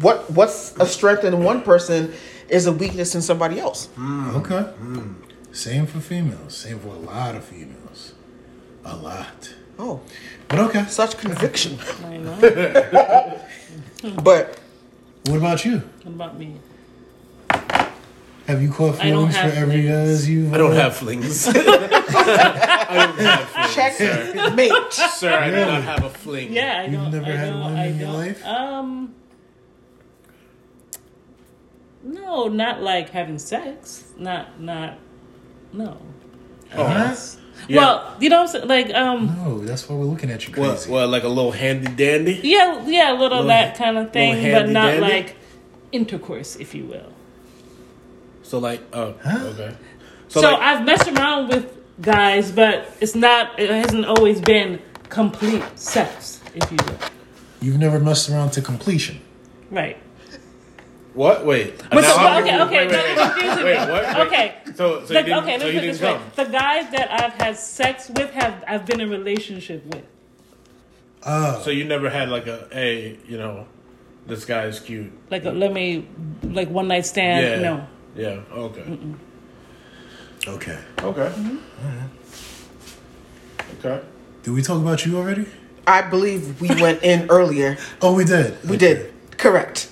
S5: what What's a strength in one person is a weakness in somebody else.
S2: Hmm. Okay. Same for females. Same for a lot of females. A lot.
S5: Oh,
S2: But okay.
S5: such conviction.
S4: I know.
S5: But
S2: What about you?
S4: What about me?
S2: Have you caught
S4: I don't
S2: feelings for
S4: have
S2: every
S4: feelings.
S2: guys you?
S3: I don't have flings. I don't have flings.
S5: check
S3: sir.
S5: mate.
S3: Sir, I do not have a fling.
S4: Yeah, I
S2: You've
S4: don't.
S2: never
S4: I
S2: had
S4: don't,
S2: one
S4: I
S2: in your
S4: don't-
S2: life?
S4: Um. No, not like having sex. Not not. No.
S3: Oh,
S2: Huh?
S3: yeah.
S4: Well, you know, what I'm saying? like um.
S2: No, that's why we're looking at you
S3: What,
S2: crazy.
S3: what, like a little handy dandy?
S4: Yeah, yeah, a little,
S3: Little-
S4: that kind of thing, but
S3: handy
S4: not
S3: dandy?
S4: like intercourse, if you will.
S3: So like, oh,
S2: Huh?
S3: okay.
S4: So,
S3: like,
S4: I've messed around with guys, but it's not. It hasn't always been complete sex, if you will.
S2: You've never messed around to completion.
S4: Right.
S3: what? Wait.
S4: But
S3: Now
S4: so,
S3: I'm
S4: but okay, okay,
S3: confused. Oh, Wait, wait,
S4: no, you're confusing
S3: wait,
S4: me.
S3: what? Wait.
S4: Okay.
S3: So, so
S4: The-
S3: you didn't,
S4: okay,
S3: so you
S4: let's put it
S3: didn't
S4: this way.
S3: come.
S4: The guys that I've had sex with have I've been in relationship with.
S2: Oh,
S3: So you never had like a, hey, you know, this guy is cute.
S4: Like a, let me like one night stand.
S3: yeah.
S4: No.
S3: Yeah. Okay.
S2: okay.
S3: Okay.
S4: Mm-hmm.
S3: Okay.
S2: Did we talk about you already?
S5: I believe we went in earlier.
S2: Oh, we did.
S5: We did. Correct.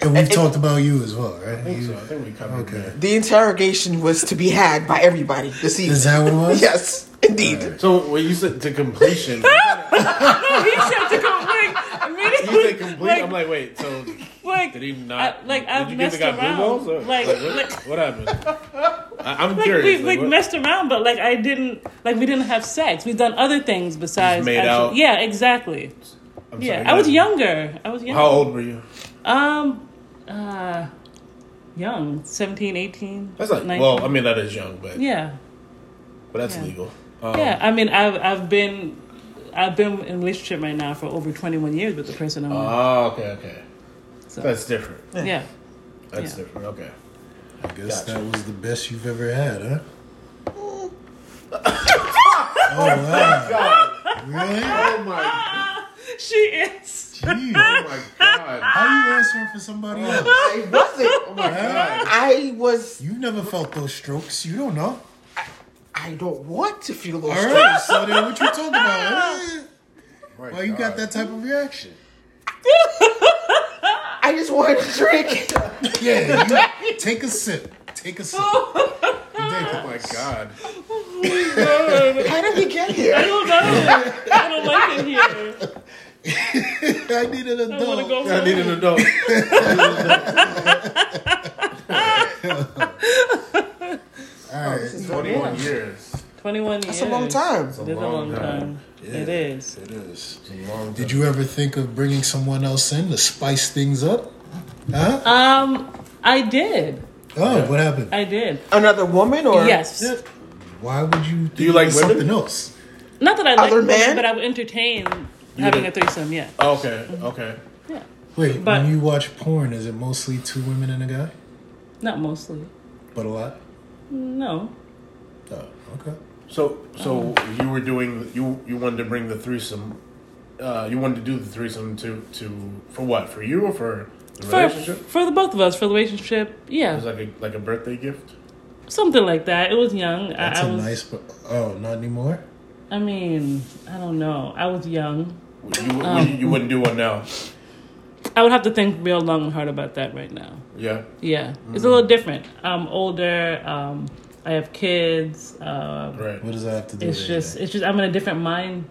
S2: And we
S5: And-
S2: talked about you as well, right?
S3: I think
S2: You-
S3: so. I think we covered
S2: Okay.
S3: that.
S5: The interrogation was to be had by everybody this evening.
S2: Is that what it was?
S5: Yes, indeed.
S3: So when you said to completion,
S4: No, Oh, he said to come like immediately.
S3: you said complete.
S4: Like,
S3: I'm like, wait. So
S4: like,
S3: did he not?
S4: I, like
S3: did
S4: I've
S3: you give
S4: messed
S3: the guy blue balls?
S4: around.
S3: Or,
S4: Like,
S3: what,
S4: like,
S3: what happened? I, I'm
S4: like
S3: curious.
S4: we've like,
S3: what-
S4: messed around, but like I didn't like we didn't have sex. We've done other things besides.
S3: made
S4: actual-
S3: out?
S4: Yeah, exactly.
S3: I'm
S4: Yeah,
S3: sorry,
S4: I was
S3: guys.
S4: younger. I was younger.
S3: How old were you?
S4: Um, uh, young, 17, 18.
S3: That's not
S4: 19.
S3: well. I mean, that is young, but
S4: yeah,
S3: but that's
S4: yeah.
S3: legal. Um,
S4: yeah. I mean, I've I've been I've been in a relationship right now for over twenty one years with the person I'm with.
S3: Oh, okay, okay.
S4: So-
S3: That's different.
S4: Yeah,
S3: That's
S4: Yeah.
S3: different. Okay.
S2: I guess
S3: Gotcha.
S2: that was the best you've ever had, huh? oh wow! Really?
S3: Oh my,
S4: She is.
S3: oh
S2: Jeez.
S3: my god.
S2: How you answering for somebody else?
S5: I wasn't.
S3: Oh my god.
S5: I was.
S2: You've never felt those strokes. You don't know.
S5: I don't want to feel those.
S2: All right. So then, what you talking about? Eh,
S3: My
S2: Why you got
S3: God.
S2: that type of reaction?
S5: I just wanted to drink.
S2: Yeah. You, take a sip. Take a sip.
S3: Oh my god.
S5: How did we get here?
S4: I don't know. I don't like it here.
S2: I need an
S4: I want to
S2: adult.
S4: go
S3: I need
S4: home.
S3: an adult.
S2: All right.
S3: Twenty-one years.
S4: 21 years.
S5: It's a long time.
S4: It is a long time. It is.
S2: It is. Did you ever think of bringing someone else in to spice things up? Huh?
S4: Um, I did.
S2: oh, what happened?
S4: I did.
S5: Another woman or
S4: Yes.
S2: Why would you? Do
S3: you like
S2: something
S3: women?
S2: else?
S4: Not that I like
S5: Other
S4: women,
S5: man?
S4: but I would entertain having a
S3: did.
S4: threesome. Yeah.
S3: Okay. Okay.
S4: Yeah.
S2: Wait,
S4: But-
S2: when you watch porn, is it mostly two women and a guy?
S4: Not mostly.
S2: But a lot.
S4: No.
S2: Oh, okay.
S3: So, so
S4: Um,
S3: you were doing you you wanted to bring the threesome. Uh, you wanted to do the threesome to to for what for you or for the
S4: For,
S3: relationship?
S4: for the both of us, for the relationship,
S3: It was
S4: yeah,
S3: like a like a birthday gift.
S4: something like that. It was young.
S2: That's
S4: I, I
S2: a
S4: was.
S2: nice. But, oh, not anymore.
S4: I mean, I don't know. I was young.
S3: You,
S4: Um,
S3: you, you wouldn't do one now.
S4: I would have to think real long and hard about that right now.
S3: Yeah.
S4: Yeah, it's a little different. I'm older. Um, I have kids. Um,
S3: Right.
S2: What does that have to do?
S4: it's
S2: with
S4: just, it's just. I'm in a different mind,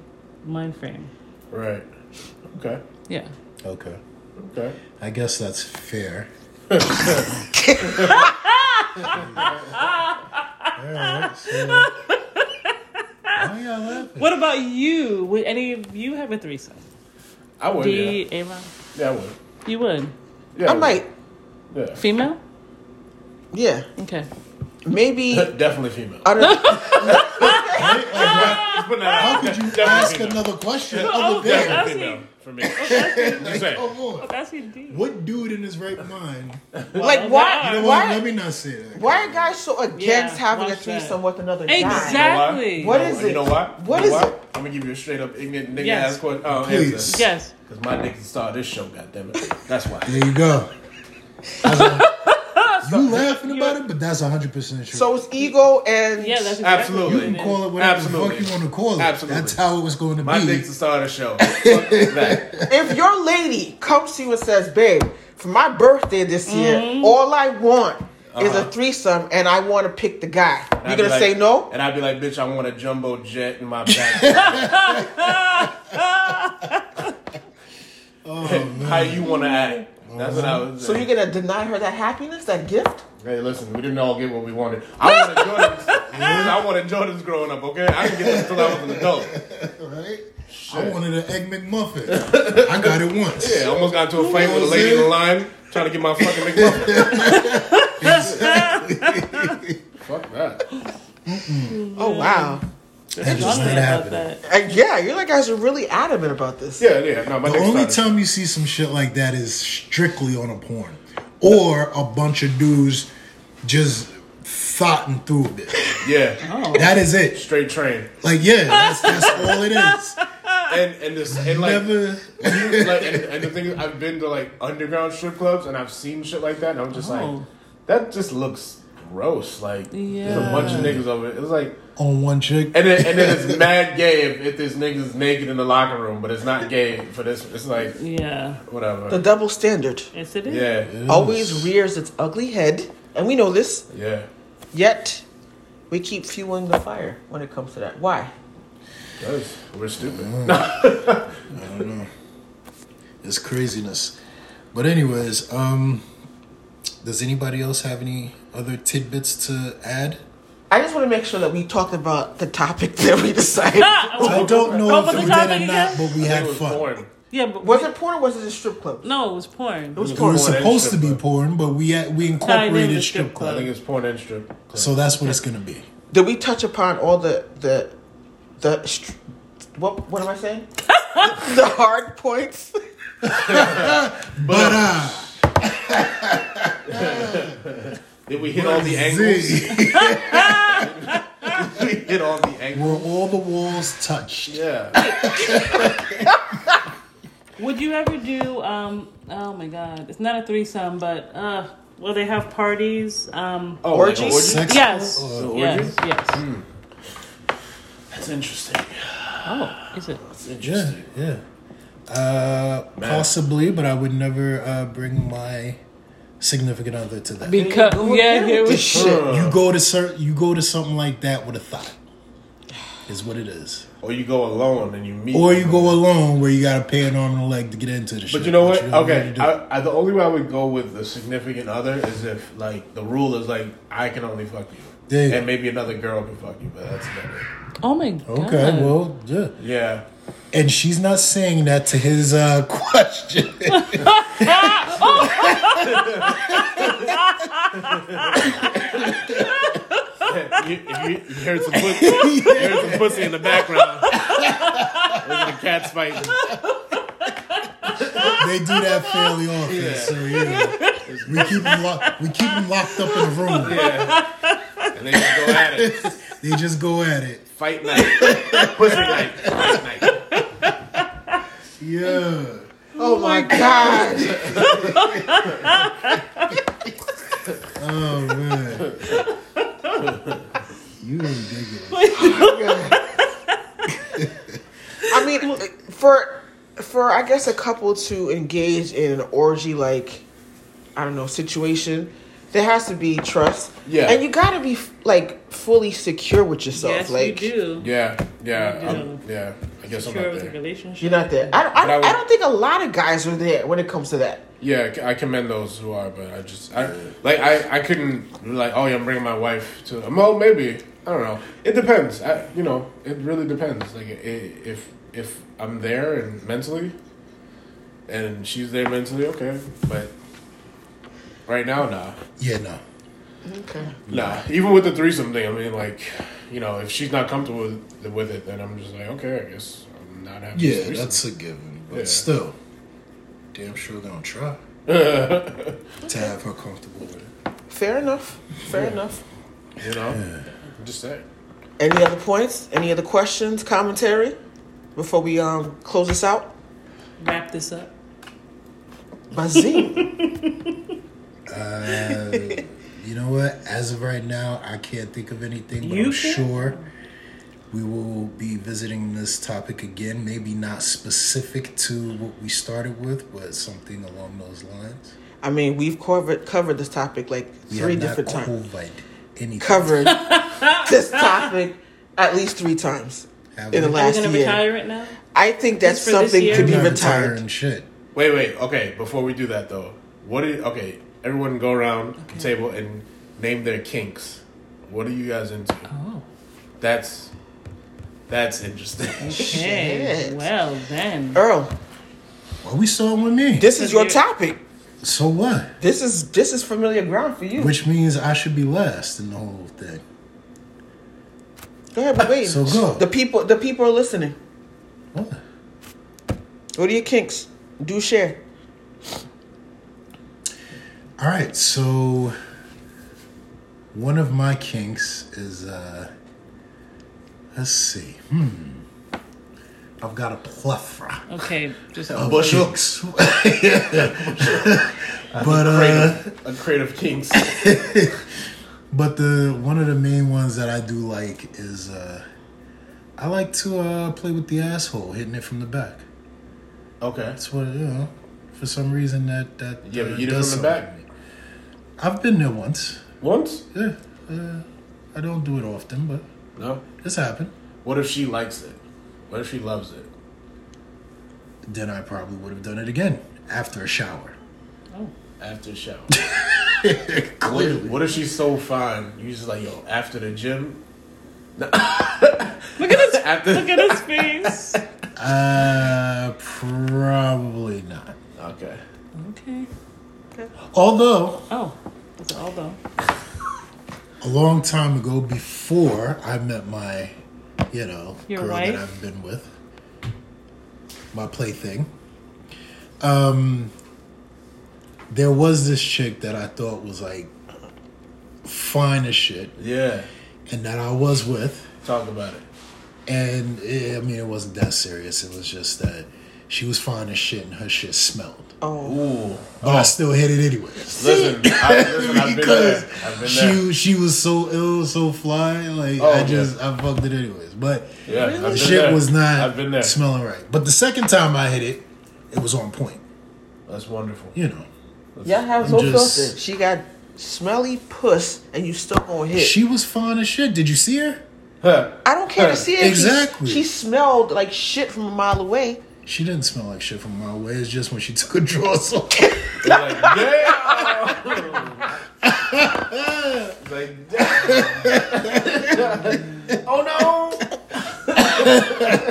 S4: mind frame.
S3: Right. Okay.
S4: Yeah.
S2: anything? okay.
S3: Okay.
S2: I guess that's fair. All right. So, why are y'all laughing?
S4: What about you? Would any of you have a threesome?
S3: I would.
S4: D,
S3: Oh, Yeah.
S4: Aaron,
S3: yeah, I would.
S4: you would.
S3: Yeah,
S5: I
S3: would.
S5: might.
S3: Yeah.
S4: Female?
S5: Yeah,
S4: Okay.
S5: maybe.
S3: Definitely female.
S5: I don't,
S3: Just putting that out
S2: How
S3: there.
S2: could you
S3: Definitely
S2: ask
S3: female.
S2: another question other
S4: Oh, okay.
S2: than?
S4: I'll
S3: Definitely
S4: see.
S3: female for me. Just saying.
S2: Come on.
S4: That's a D.
S2: What dude in his right mind?
S5: like
S4: You
S5: why?
S2: You know what? Let
S5: why?
S2: me not say that.
S5: Why are guys so against
S4: Yeah,
S5: having a
S4: watch that.
S5: threesome with another
S3: You
S5: guy?
S4: Exact-
S3: know why?
S4: Exactly.
S5: What
S3: You know-
S5: is
S3: You
S5: it?
S3: know why?
S5: What
S3: you know
S5: is
S3: why?
S5: it?
S3: I'm gonna give you a straight up ignorant nigga
S4: Yes.
S3: ass question. Oh,
S2: Please.
S3: answer.
S4: Yes.
S3: Cause my dick can start this show, goddammit. That's why.
S2: There you go. That's a- you laughing about it, but that's hundred percent true.
S5: So it's ego and
S4: Yeah, that's exactly
S2: you
S3: Absolutely.
S4: what
S2: can
S4: it is.
S2: call it whatever
S3: Absolutely.
S2: the fuck you want to call it.
S3: Absolutely.
S2: That's how it was going to
S3: My
S2: be.
S3: dick can start a show. Fuck that.
S5: if your lady comes to you and says, "Babe, for my birthday this year,
S4: Mm-hmm.
S5: all I want is a threesome, and I want to pick the guy,"
S3: And
S5: you're
S3: Uh-huh. I'd be
S5: gonna
S3: like-
S5: say no?
S3: And I'd be like, bitch, I want a jumbo jet in my back. How you want to act? That's what I was.
S5: So you're gonna deny her that happiness, that gift?
S3: Hey, listen, we didn't all get what we wanted. I wanted Jordans. I wanted Jordans growing up, okay? I didn't get them until I was an adult.
S2: Right? I wanted an egg McMuffin. I got it once.
S3: Yeah, I almost got into a fight with a
S2: was
S3: lady in
S2: it?
S3: the line trying to get my fucking McMuffin. Fuck that.
S5: Oh
S4: Mm.
S5: wow!
S2: That just
S4: Talking
S2: not
S4: about
S2: happening.
S4: that.
S5: And yeah, you're like guys are really adamant about this.
S3: Yeah, yeah. No, my
S2: The
S3: dick
S2: only
S3: started.
S2: time you see some shit like that is strictly on a porn, or a bunch of dudes just thoughting through it.
S3: Yeah,
S2: That is it.
S3: straight train.
S2: Like yeah, that's, that's all it is.
S3: And and this and like,
S2: Never.
S3: like and, and the thing is, I've been to like underground strip clubs and I've seen shit like that, and I'm just like,
S4: Oh.
S3: that just looks gross. Like, there's a bunch of niggas over it. It's like.
S2: on one chick.
S3: And then, and then it's mad gay if, if this nigga's naked in the locker room, but it's not gay for this. It's like
S4: Yeah.
S5: The
S3: whatever.
S5: double standard
S4: Yes, it is.
S3: Yeah,
S5: always rears its ugly head, and we know this.
S3: yeah.
S5: Yet we keep fueling the fire when it comes to that. Why?
S3: That's, we're stupid.
S2: It's craziness. But anyways, um, does anybody else have any other tidbits to add?
S5: I just want to make sure that we talked about the topic that we decided.
S4: Ah!
S2: I don't know
S4: Go
S2: if
S4: for the
S2: we did
S4: topic
S2: or not,
S4: again.
S2: but we
S3: I think
S2: had
S3: it was
S2: fun.
S3: porn.
S4: Yeah, but
S5: Was it porn or was it a strip club?
S4: no, it was porn.
S5: It was
S2: It
S5: porn.
S2: was
S3: Porn and
S2: supposed to
S3: strip
S2: be
S3: club.
S2: porn, but we had, we
S4: Tied in
S2: incorporated
S4: the
S2: strip
S4: strip
S3: I
S2: club,
S3: think it's porn and strip.
S2: so that's what it's gonna be.
S5: Did we touch upon all the the the str- what what am I saying? the hard points.
S2: But uh,
S3: Did we hit all the angles?
S2: Z,
S3: we hit all the angles.
S2: were all the walls touched.
S3: Yeah.
S4: Would you ever do? Um, oh my God, it's not a threesome, but uh, well, they have parties. Um,
S3: Oh, like an
S5: Orgies?
S3: orgy?
S2: Sex
S4: yes,
S2: or-
S3: or-
S4: yes,
S3: orgy?
S4: yes.
S3: That's interesting.
S4: Oh, is it?
S3: That's
S2: Yeah,
S3: interesting.
S2: yeah. Uh,
S3: Man.
S2: possibly, but I would never uh, bring my significant other to that.
S4: Because yeah, here we
S5: Shit.
S2: you go to cer- you go to something like that with a thought. Is what it is.
S3: Or you go alone and you meet.
S2: Or you go alone where you gotta pay an arm and a leg to get into the shit.
S3: But you know what?
S2: really
S3: Okay,
S2: need to do.
S3: I, I, the only way I would go with the significant other is if like the rule is like I can only fuck you,
S2: Yeah.
S3: and maybe another girl can fuck you, but that's about it.
S4: Oh my God.
S2: okay, well, yeah.
S3: Yeah,
S2: And she's not saying that to his uh, question.
S6: You, you, you heard some pussy, you heard some pussy in the background. There's the cats fighting.
S2: they do that fairly often, so yeah. We keep them lock- we keep 'em locked up in a room.
S6: And they just go at it.
S2: They just go at it.
S6: Fight night. Pussy night. Fight night.
S2: Yeah.
S5: Oh my god!
S2: Oh man. you ridiculous.
S5: I mean, for for I guess a couple to engage in an orgy like I don't know situation, there has to be trust.
S3: Yeah.
S5: and you gotta be like fully secure with yourself.
S4: Yes,
S5: like
S4: you do.
S3: yeah, yeah,
S4: You
S3: I'm- yeah. I guess
S4: Sure, it
S3: I'm
S4: was
S3: not
S4: a
S3: there.
S4: relationship.
S5: You're not there. I, don't-
S3: But
S5: I,
S3: I
S5: don't-
S3: would-
S5: I don't think a lot of guys are there when it comes to that.
S3: Yeah, c- I commend those who are, but I just I like I I couldn't be like oh yeah I'm bringing my wife to well maybe I don't know it depends I you know it really depends like i if if I'm there and mentally and she's there mentally okay but right now nah
S2: Yeah, no.
S5: Okay.
S3: nah even with the threesome thing I mean like you know if she's not comfortable with, with it then I'm just like okay I guess I'm not having this
S2: Yeah,
S3: threesome.
S2: that's a given. But
S3: Yeah.
S2: still, damn sure they don't try to have her comfortable with it.
S5: Fair enough. Fair enough.
S3: you know just saying
S5: Any other points? Any other questions? Commentary? Before we um close this out,
S4: Wrap this up.
S5: Bazin.
S2: You know what? As of right now, I can't think of anything, but
S4: You
S2: I'm
S4: can't?
S2: sure we will be visiting this topic again. Maybe not specific to what we started with, but something along those lines.
S5: I mean, we've covered covered this topic like
S2: We
S5: three
S2: have not
S5: different times.
S2: covered anything.
S5: Covered this topic at least three times
S2: Have
S5: in the
S2: we?
S4: Are we
S5: last
S4: gonna
S5: year.
S4: retire it now?
S5: I think that's
S4: Just for this
S5: something
S4: year?
S5: to
S2: We're
S5: be
S2: not
S5: retired.
S2: retiring shit.
S3: Wait, wait. Okay, before we do that though, what do you, okay? Everyone go around the table and name their kinks. What are you guys into?
S4: Oh.
S3: That's that's interesting.
S4: Okay.
S5: Shit.
S4: Well then.
S5: Earl,
S2: Well, we starting with me.
S5: this is your
S4: Here.
S5: topic.
S2: so what?
S5: This is this is familiar ground for you.
S2: Which means I should be last in the whole thing.
S5: go ahead, but wait.
S2: So go.
S5: The people the people are listening.
S2: What?
S5: What are your kinks? Do share.
S2: All right, so one of my kinks is uh let's see. Hmm. I've got a plethora
S4: Okay. Just
S2: of
S3: bushel.
S2: kinks. but uh
S3: Creative, a creative kinks.
S2: but the one of the main ones that I do like is uh I like to uh play with the asshole, hitting it from the back.
S3: Okay.
S2: That's what you know. For some reason that that
S3: Yeah,
S2: uh,
S3: but you did it
S2: does
S3: from the
S2: something
S3: back
S2: to me. I've been there once.
S3: once.
S2: Yeah, uh, I don't do it often, but
S3: No.
S2: it's happened.
S3: What if she likes it? What if she loves it?
S2: Then I probably would have done it again after a shower.
S3: After the shower. what, if,
S2: Clearly,
S3: what if she's so fine? You just like yo after the gym.
S4: look at his
S3: After-
S4: look at his face.
S2: uh, probably not.
S3: Okay.
S4: Okay.
S2: Although
S4: Oh, that's all though.
S2: a long time ago, before I met my, you know,
S4: Your
S2: girl
S4: wife?
S2: that I've been with, my plaything, um, there was this chick that I thought was like fine as shit,
S3: Yeah.
S2: and that I was with.
S3: Talk about it.
S2: And eh, I mean, it wasn't that serious. It was just that she was fine as shit, and her shit smelled.
S3: Ooh.
S2: But I still hit it anyways.
S3: Listen, I, listen, I've been
S2: because
S3: there. I've been
S2: she
S3: there.
S2: was- she was so ill, so fly. Like
S3: Oh,
S2: I
S3: yeah.
S2: just I fucked it anyways. But
S3: Yeah, I've
S2: the
S3: been
S2: shit
S3: there.
S2: was not
S3: I've been there.
S2: smelling right. But the second time I hit it, it was on point.
S3: That's wonderful.
S2: You know,
S5: Y'all have no
S2: Just-
S5: filter. She got smelly puss, and you still gonna hit.
S2: she was fine as shit. Did you see her?
S3: Huh.
S5: I don't care to see it.
S2: Exactly.
S5: She, she smelled like shit from a mile away.
S2: She didn't smell like shit from my way. It's just when she took a dress off.
S3: Like, damn. like, damn. oh no.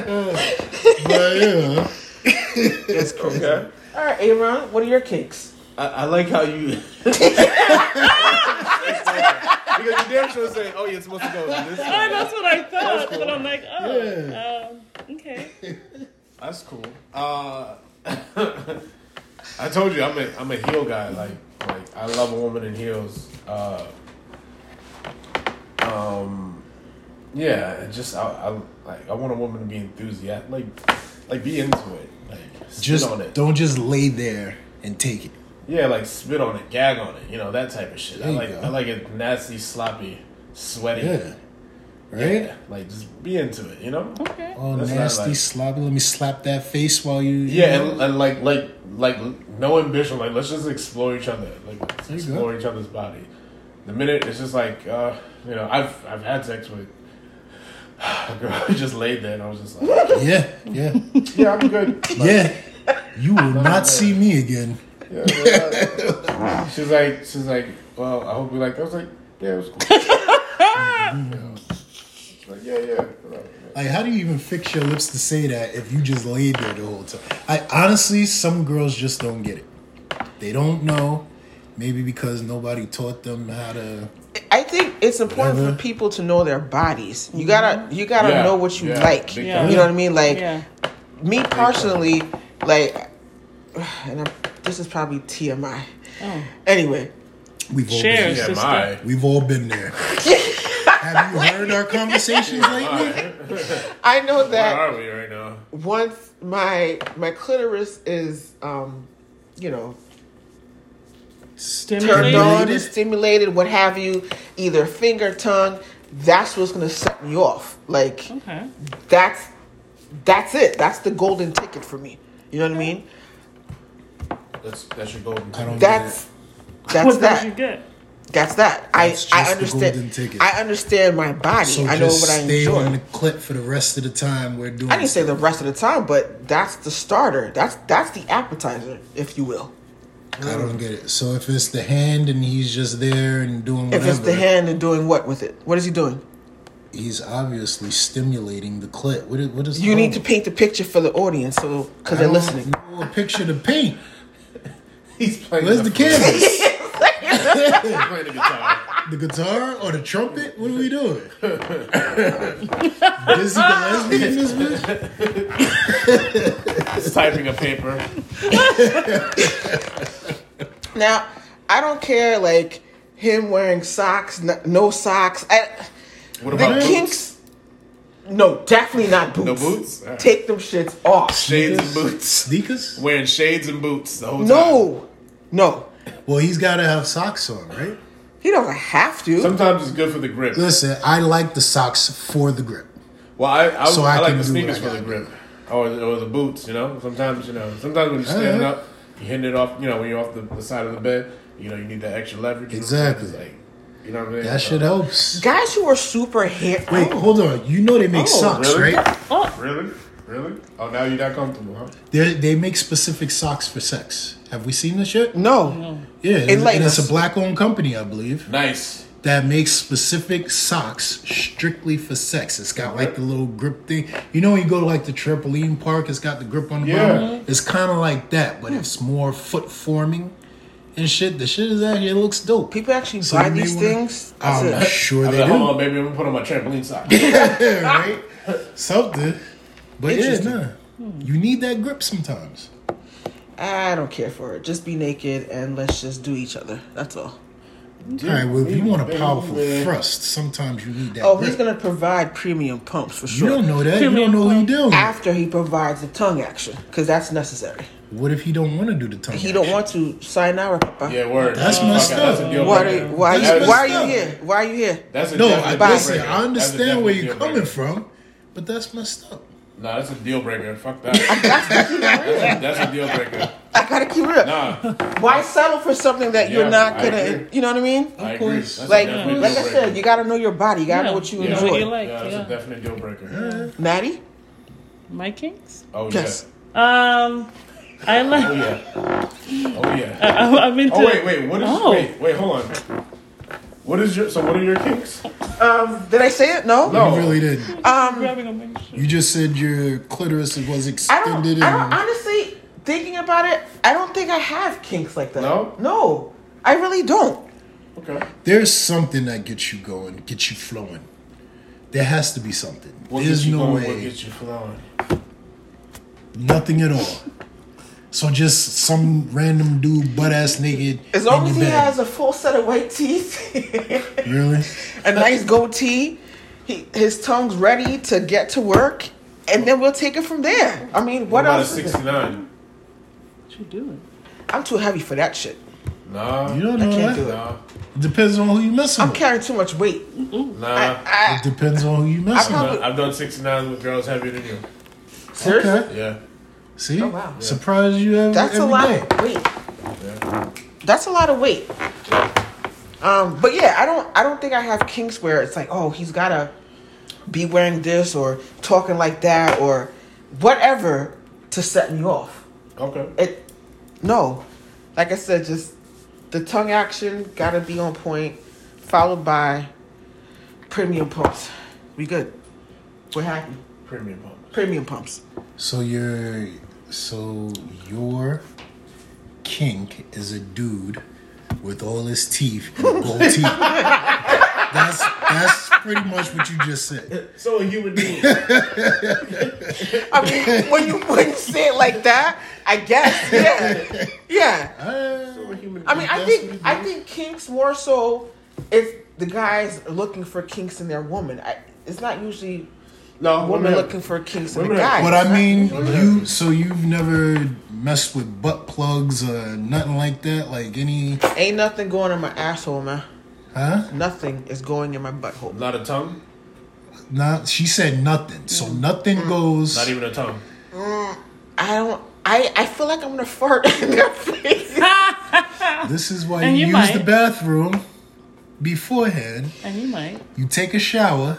S2: but yeah,
S3: Okay.
S5: All right, Aaron, what are your kicks?
S3: I, I like how you. because you damn sure say, "Oh, you're supposed to go this
S4: Oh,
S3: way."
S4: that's what I thought, but I'm like, oh, um, okay.
S3: That's cool. Uh, I told you I'm a I'm a heel guy. Like like I love a woman in heels. Uh, um, yeah, it just I, I like I want a woman to be enthusiastic, like like be into it, like spit
S2: just
S3: on it.
S2: don't just lay there and take it.
S3: Yeah, like spit on it, gag on it, you know that type of shit. I
S2: There you
S3: like
S2: go.
S3: I like it nasty, sloppy, sweaty.
S2: Yeah, right.
S3: Yeah, like just be into it, you know.
S4: Okay.
S2: All
S3: That's not
S2: nasty,
S3: like-
S2: sloppy. Let me slap that face while you. you
S3: Yeah,
S2: know.
S3: and, and like like like no ambition. Like let's just explore each other. Like let's
S2: you go.
S3: explore each other's body. The minute it's just like uh, you know, I've I've had sex with a girl who just laid there, and I was just like,
S2: yeah, yeah,
S3: yeah, I'm good.
S2: yeah. You will not see me again.
S3: Yeah, we're not- she's like she's like, well, I hope you like. I was like, yeah, it was cool. Yeah. She's Like, yeah, yeah.
S2: Like, how do you even fix your lips to say that if you just laid there the whole time? I honestly, some girls just don't get it. They don't know. Maybe because nobody taught them how to.
S5: I think it's important
S2: Whatever.
S5: for people to know their bodies. You gotta you gotta
S3: Mm-hmm. Yeah,
S5: know what you
S3: yeah,
S5: like.
S3: big
S4: time.
S5: You know what I mean? Like
S4: Yeah.
S5: me personally, like, and I'm, this is probably TMI.
S4: Oh.
S5: Anyway,
S2: We've all
S4: Share.
S2: been there.
S3: Yeah,
S4: Sister.
S3: my.
S2: We've all been there. Have you heard our conversations lately?
S5: I know that
S3: Where are we right now?
S5: once my my clitoris is um you know turned
S4: Stimulating.
S5: on and stimulated what have you either finger tongue that's what's gonna set me off like
S4: Okay.
S5: that's that's it that's the golden ticket for me you know what i mean
S3: That's that's your golden.
S2: I don't-
S5: that's that's
S4: What did you
S5: that
S4: get?
S5: that's that i
S2: That's
S5: i
S2: just the golden
S5: understand
S2: ticket.
S5: i understand my body
S2: So
S5: i know
S2: just
S5: what i
S2: stay
S5: enjoy
S2: on the clip for the rest of the time we're doing.
S5: i didn't say the rest of the time but that's the starter that's that's the appetizer if you will
S2: I don't get it. So if it's the hand and he's just there and doing
S5: if
S2: whatever,
S5: it's the hand and doing what with it what is he doing
S2: he's obviously stimulating the clit. What is, what is
S5: You need to paint the picture for the audience, so because they're listening.
S2: Know a picture to paint.
S3: He's playing.
S2: Where's the canvas?
S3: He's playing the guitar.
S2: the guitar or the trumpet? What are we doing? Busy lesbian this bitch?
S3: He's typing a paper.
S5: Now, I don't care like him wearing socks, n- no socks. I,
S3: What
S5: the
S3: about boots?
S5: kinks? No, definitely not boots.
S3: No boots? All right.
S5: Take them shits off.
S3: Shades and boots.
S2: Sneakers?
S3: Wearing shades and boots the whole time.
S5: No, no.
S2: Well, he's got to have socks on, right?
S5: He doesn't have to.
S3: Sometimes it's good for the grip.
S2: Listen, I like the socks for the grip.
S3: Well, I I,
S2: So
S3: I,
S2: I
S3: like
S2: can
S3: the
S2: do what
S3: sneakers
S2: I
S3: for the
S2: gotta
S3: grip, or the, or the boots. You know, sometimes you know, sometimes when you're standing
S2: Uh-huh.
S3: up, you're hitting it off. You know, when you're off the, the side of the bed, you know, you need that extra leverage. you know,
S2: Exactly.
S3: it's Like, you know what I mean?
S2: That shit helps.
S5: Guys who are super hair.
S2: Wait, hold on. You know they make
S5: Oh,
S2: socks,
S3: really?
S2: right?
S3: Really, really? Oh, now you're not comfortable, huh?
S2: They they make specific socks for sex. Have we seen this shit?
S5: No.
S2: Yeah, and,
S5: Mm. like-
S2: and it's a black-owned company, I believe,
S3: Nice.
S2: that makes specific socks strictly for sex. It's got like the little grip thing. You know, when you go to like the trampoline park, it's got the grip on the
S3: Yeah.
S5: Mm-hmm.
S2: bottom. It's kind of like that, but it's more foot forming and shit. The shit is out here. It looks dope.
S5: People actually
S2: So
S5: buy
S2: you may
S5: these
S2: wanna- Oh,
S5: things. That's
S2: I'm
S5: it.
S2: not sure
S3: I'm
S2: they
S3: like, hold
S2: do.
S3: on, baby. I'm gonna put on my trampoline sock.
S2: Yeah, right? Something. But yeah,
S5: Interesting.
S2: nah. You need that grip sometimes.
S5: I don't care for it. Just be naked and let's just do each other. That's all.
S2: All right, well, if you want a powerful thrust, sometimes you need that.
S5: Oh, he's
S2: grip.
S5: gonna provide premium pumps for
S2: You
S5: sure.
S2: don't know that. You don't know what you're doing.
S5: After he provides the tongue action, because that's necessary.
S2: What if he don't want to do the tongue?
S5: He don't
S2: action?
S5: want to sign our papa.
S3: Yeah, word.
S2: That's
S3: Fuck
S2: messed
S3: it, that's
S2: up.
S3: a deal
S5: Why, are
S3: breaker.
S5: you, why,
S2: That's
S5: are you, why are
S2: messed up.
S5: you here? Why are you here?
S3: That's a
S2: No,
S3: definite
S2: I,
S3: deal
S2: listen,
S3: breaker.
S2: I
S3: That's a
S2: understand
S3: definite
S2: where you're
S3: deal
S2: coming
S3: breaker.
S2: from, but that's messed up.
S3: Nah, that's a deal breaker. Fuck that. that's, a, that's a deal breaker.
S5: I gotta keep it up.
S3: Nah,
S5: Why settle for something that
S3: Yeah,
S5: you're not
S3: I
S5: gonna?
S3: agree.
S5: You know what I mean?
S3: I agree. That's a
S5: Like,
S3: definite
S5: like
S3: deal
S5: I
S3: breaker.
S5: said, you gotta know your body. You gotta know
S4: Yeah.
S5: what you
S4: Yeah.
S5: enjoy.
S4: What you like,
S3: yeah, that's
S4: yeah.
S3: a definite deal breaker.
S5: Maddie,
S4: My kinks?
S3: Oh yeah.
S5: Yes.
S4: Um, I
S3: Oh
S4: like.
S3: yeah. Oh yeah.
S4: I, I'm into.
S3: Oh wait, wait. What is?
S4: Oh.
S3: Wait, wait. Hold on. What is your? So what are your kinks?
S5: did I say it? No.
S3: No.
S2: You really didn't.
S4: Grabbing a mention.
S2: You just said your clitoris was
S5: I don't.
S2: extended.
S5: I don't.
S2: and,
S5: Honestly, thinking about it, I don't think I have kinks like that.
S3: No?
S5: No, I really don't.
S3: Okay.
S2: there's something that gets you going, gets you flowing. There has to be something.
S3: What
S2: there's
S3: gets you
S2: no
S3: going, What
S2: way,
S3: gets you flowing?
S2: nothing at all. So just some random dude, butt ass naked.
S5: As long as he has a full set of white teeth,
S2: really,
S5: a nice goatee, he, his tongue's ready to get to work, and then we'll take it from there. I mean, what
S3: about a
S5: else? is there?
S3: sixty-nine?
S4: What you doing?
S5: I'm too heavy for that shit.
S3: Nah.
S2: you don't know
S5: I
S2: that.
S5: can't do it.
S3: Nah.
S2: Depends on who you messing
S5: I'm
S2: with.
S5: carrying too much weight.
S3: Nah.
S5: I,
S2: It depends on who you
S5: I
S2: messing with.
S5: probably,
S3: I've done 69 with girls heavier than you.
S5: seriously?
S2: Okay.
S3: Yeah.
S2: See,
S5: Oh, wow.
S2: surprise you every,
S5: That's a
S2: every
S5: lot
S2: day.
S5: of weight. That's a lot of weight. Um, but yeah, I don't I don't think I have kinks where it's like, oh, he's gotta be wearing this or talking like that or whatever to set me off.
S3: Okay.
S5: It no. Like I said, just the tongue action gotta be on point, followed by premium pumps. We good. We're happy.
S3: Premium bonus.
S5: Premium pumps.
S2: So your so your kink is a dude with all his teeth and gold teeth. That's that's pretty much what you just said.
S3: So a human being.
S5: I mean, when you when you say it like that, I guess, yeah, yeah.
S3: so a human
S5: I mean, I think I think kinks more so if the guy's looking for kinks in their woman. I, it's not usually
S3: No,
S5: women
S3: women
S5: looking for kinks in the
S3: women have-
S5: guy.
S2: But I mean, you so you've never messed with butt plugs or nothing like that, like any
S5: ain't nothing going in my asshole, man.
S2: huh?
S5: Nothing is going in my butthole.
S3: Not a tongue.
S2: Not she said nothing, so nothing goes.
S3: Not even a tongue.
S5: I don't. I, I feel like I'm gonna fart in their face.
S2: This is why
S4: And
S2: you,
S4: you
S2: use the
S4: might.
S2: bathroom beforehand.
S4: And you might.
S2: You take a shower.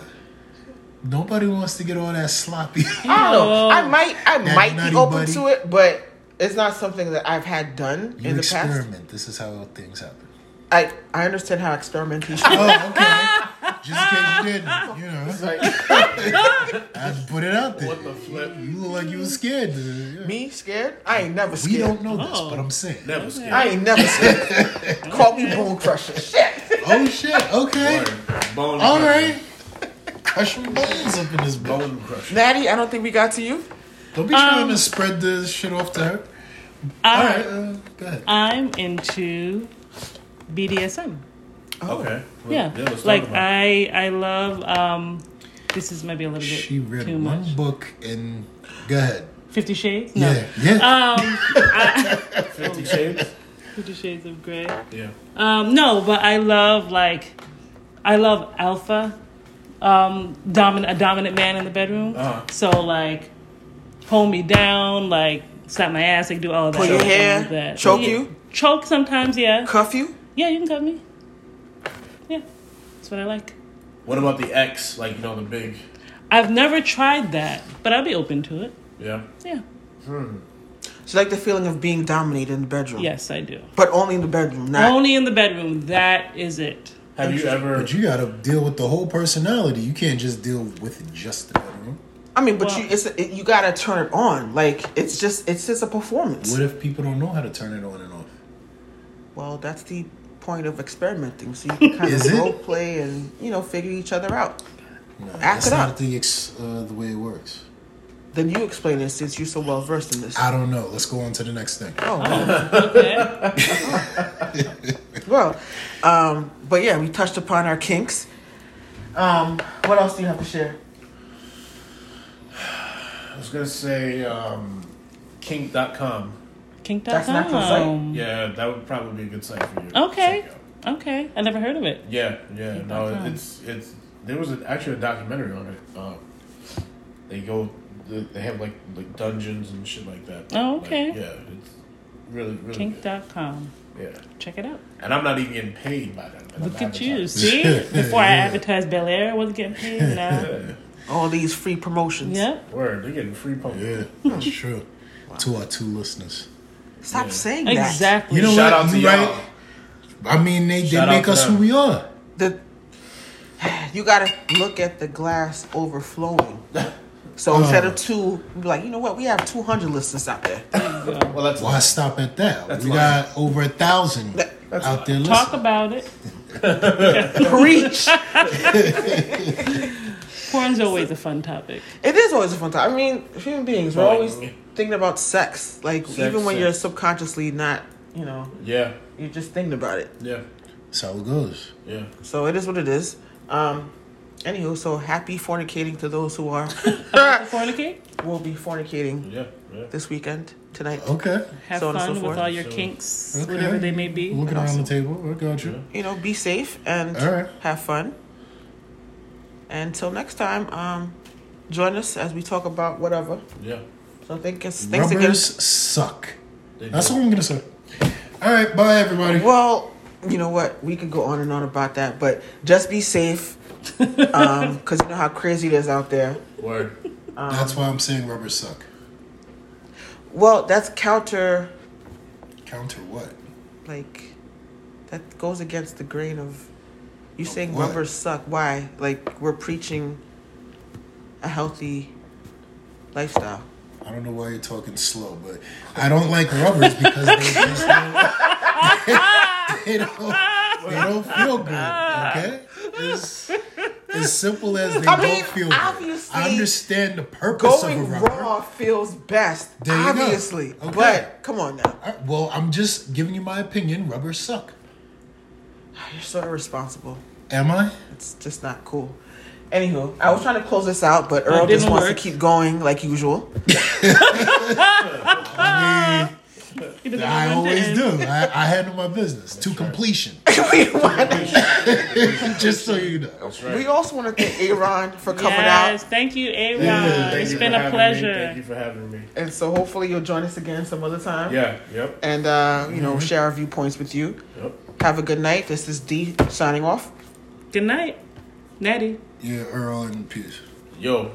S2: Nobody wants to get all that sloppy.
S5: I don't
S3: Oh.
S5: know. I might I
S2: That
S5: might
S2: nutty
S5: be open
S2: buddy.
S5: to it, but it's not something that I've had done
S2: You
S5: in the past.
S2: experiment. This is how things happen.
S5: I I understand how experimentation.
S2: Oh, okay. Just in case you didn't, you know, I had to put it out there.
S3: What the flip?
S2: You look like you were scared. Uh, yeah.
S5: Me scared? I ain't never
S2: We
S5: scared.
S2: don't know this, but I'm saying.
S3: Never scared.
S5: I ain't never scared. Call me bone crusher. Shit.
S2: Oh shit. Okay.
S3: Word. Bone
S2: All
S3: crusher.
S2: right. Crushing bones up in this bowl.
S3: Bone crusher.
S5: Natty, I don't think we got to you.
S2: Don't be trying to spread this shit off to her. All
S4: I,
S2: right. Uh, go ahead.
S4: I'm into BDSM.
S3: Okay. Well,
S4: Yeah.
S3: let's talk
S4: like
S3: about it.
S4: I I love um this is maybe a little bit
S2: She read
S4: too
S2: one
S4: much.
S2: book and go ahead.
S4: Fifty Shades?
S2: Yeah. Yeah.
S4: Um
S3: Fifty shades.
S4: Fifty Shades of Grey.
S3: Yeah.
S4: Um no, but I love like I love alpha um dominant a dominant man in the bedroom.
S3: Uh-huh.
S4: So like hold me down, like slap my ass, like do all that.
S5: Pull your
S4: all
S5: hair,
S4: of that.
S5: choke
S4: Yeah.
S5: you?
S4: Choke sometimes, yeah.
S5: Cuff you?
S4: Yeah, you can cut me. Yeah. That's what I like.
S3: What about the X? Like you know the big.
S4: I've never tried that, but I'll be open to it.
S3: Yeah.
S4: Yeah.
S5: She like the feeling of being dominated in the bedroom.
S4: Yes, I do.
S5: But only in the bedroom, not
S4: Only in the bedroom. That is it.
S3: Have you ever?
S2: But you gotta deal with the whole personality. You can't just deal with just the bedroom.
S5: I mean, but
S4: Well-
S5: you it's it, you gotta turn it on. Like it's just it's just a performance.
S2: What if people don't know how to turn it on and off?
S5: Well, that's the point of experimenting. So you can kind
S2: Is
S5: of
S2: it?
S5: role play and, you know, figure each other out.
S2: No,
S5: Act
S2: that's
S5: it
S2: not
S5: up.
S2: the ex, uh, the way it works.
S5: Then you explain it since you're so well versed in this. Oh,
S2: I don't know. Let's go on to the next thing.
S4: Okay.
S5: Well, um, but yeah, we touched upon our kinks. Um, what else do you have to share?
S3: I was gonna say um, kink.com.
S4: Kink.com.
S5: That's not the site.
S3: Yeah, that would probably be a good site for you. to
S4: Okay.
S3: check out.
S4: Okay. I never heard of it.
S3: Yeah, yeah. No,
S4: Kink.com.
S3: it's it's there was an, actually a documentary on it. Um, they go, they have like like dungeons and shit like that.
S4: Oh,
S3: Like,
S4: okay.
S3: yeah, it's really really good.
S4: Kink.com.
S3: Yeah,
S4: Check it out.
S3: and I'm not even getting paid by them.
S4: Look at you. See? Before I advertised Bel Air, I wasn't getting paid now.
S5: All these free promotions.
S4: Yep.
S3: Word, they're getting free pump.
S2: Yeah, that's true. To our two listeners.
S5: Stop saying that.
S4: Exactly.
S2: You know
S3: Shout
S2: what?
S3: out to
S2: You
S3: y'all.
S2: right. I mean, they, they
S3: Shout out
S2: make
S3: to
S2: us
S3: them.
S2: who we are.
S5: The, you gotta look at the glass overflowing.
S3: Uh.
S5: So instead of two, be like, you know what? We have 200 listeners out there.
S3: Well, that's
S2: Why stop at that? we
S3: a
S2: got over a thousand out there listening.
S4: Talk about it.
S5: Preach.
S4: Porn's always a fun topic.
S5: It is always a fun time. I mean, human beings, we're
S3: Right.
S5: always thinking about sex. Like,
S3: Sex,
S5: even when
S3: sex.
S5: you're subconsciously not, you know,
S3: yeah,
S5: you're just thinking about it.
S3: yeah,
S2: That's how it goes.
S3: yeah.
S5: So it is what it is. Um, anywho, so happy fornicating to those who are. Uh,
S4: Fornicate.
S5: will be fornicating
S3: Yeah, yeah.
S5: this weekend, tonight.
S2: Okay.
S4: Have
S5: So on and so
S4: fun with
S5: forth.
S4: all your
S3: So-
S4: kinks,
S2: Okay.
S4: whatever they may be.
S2: Looking around the table. I got you.
S5: You know, be safe and
S2: All right.
S5: have fun. Until next time, um, join us as we talk about whatever.
S3: yeah.
S5: So thank you. Thanks again.
S2: Rubbers suck.
S3: They
S2: That's
S3: do.
S2: all I'm going to say. All right. Bye, everybody.
S5: Well, you know what? We could go on and on about that, but just be safe. Um, 'cause cause you know how crazy it is out there.
S3: Word.
S2: That's why I'm saying rubbers suck.
S5: Well, that's counter,
S2: Counter what?
S5: like, that goes against the grain of you saying
S2: what?
S5: rubbers suck. Why? Like, we're preaching a healthy lifestyle.
S2: I don't know why you're talking slow, but I don't like rubbers because they just don't, they don't, they don't feel good. Okay, it's as simple as they
S5: I
S2: don't
S5: mean,
S2: feel good.
S5: obviously,
S2: I understand the purpose of a
S5: Going
S2: rubber.
S5: raw feels best,
S2: There you go.
S5: obviously.
S2: Okay.
S5: But come on now,
S2: All right, Well, I'm just giving you my opinion. Rubbers suck.
S5: you're so irresponsible.
S2: Am I?
S5: It's just not cool. Anywho, I was trying to close this out, but Earl
S4: didn't
S5: just wants
S4: work.
S5: to keep going like usual.
S4: You know,
S2: I
S4: when to
S2: always
S4: end.
S2: do. I, I handle my business to completion.
S5: we, want-
S2: just so you know.
S5: we also want to thank Aaron for coming
S4: Yes,
S5: out,
S4: thank you, Aaron.
S3: Thank
S4: it's
S3: you
S4: been
S3: for
S4: a
S3: having
S4: pleasure.
S3: Me. Thank you for having me.
S5: and so hopefully you'll join us again some other time.
S3: Yeah. Yep.
S5: And uh, you
S2: Mm-hmm.
S5: know, share our viewpoints with you.
S3: Yep.
S5: Have a good night. This is D signing off.
S4: Good night, Natty.
S2: Yeah, Earl and peace.
S3: Yo,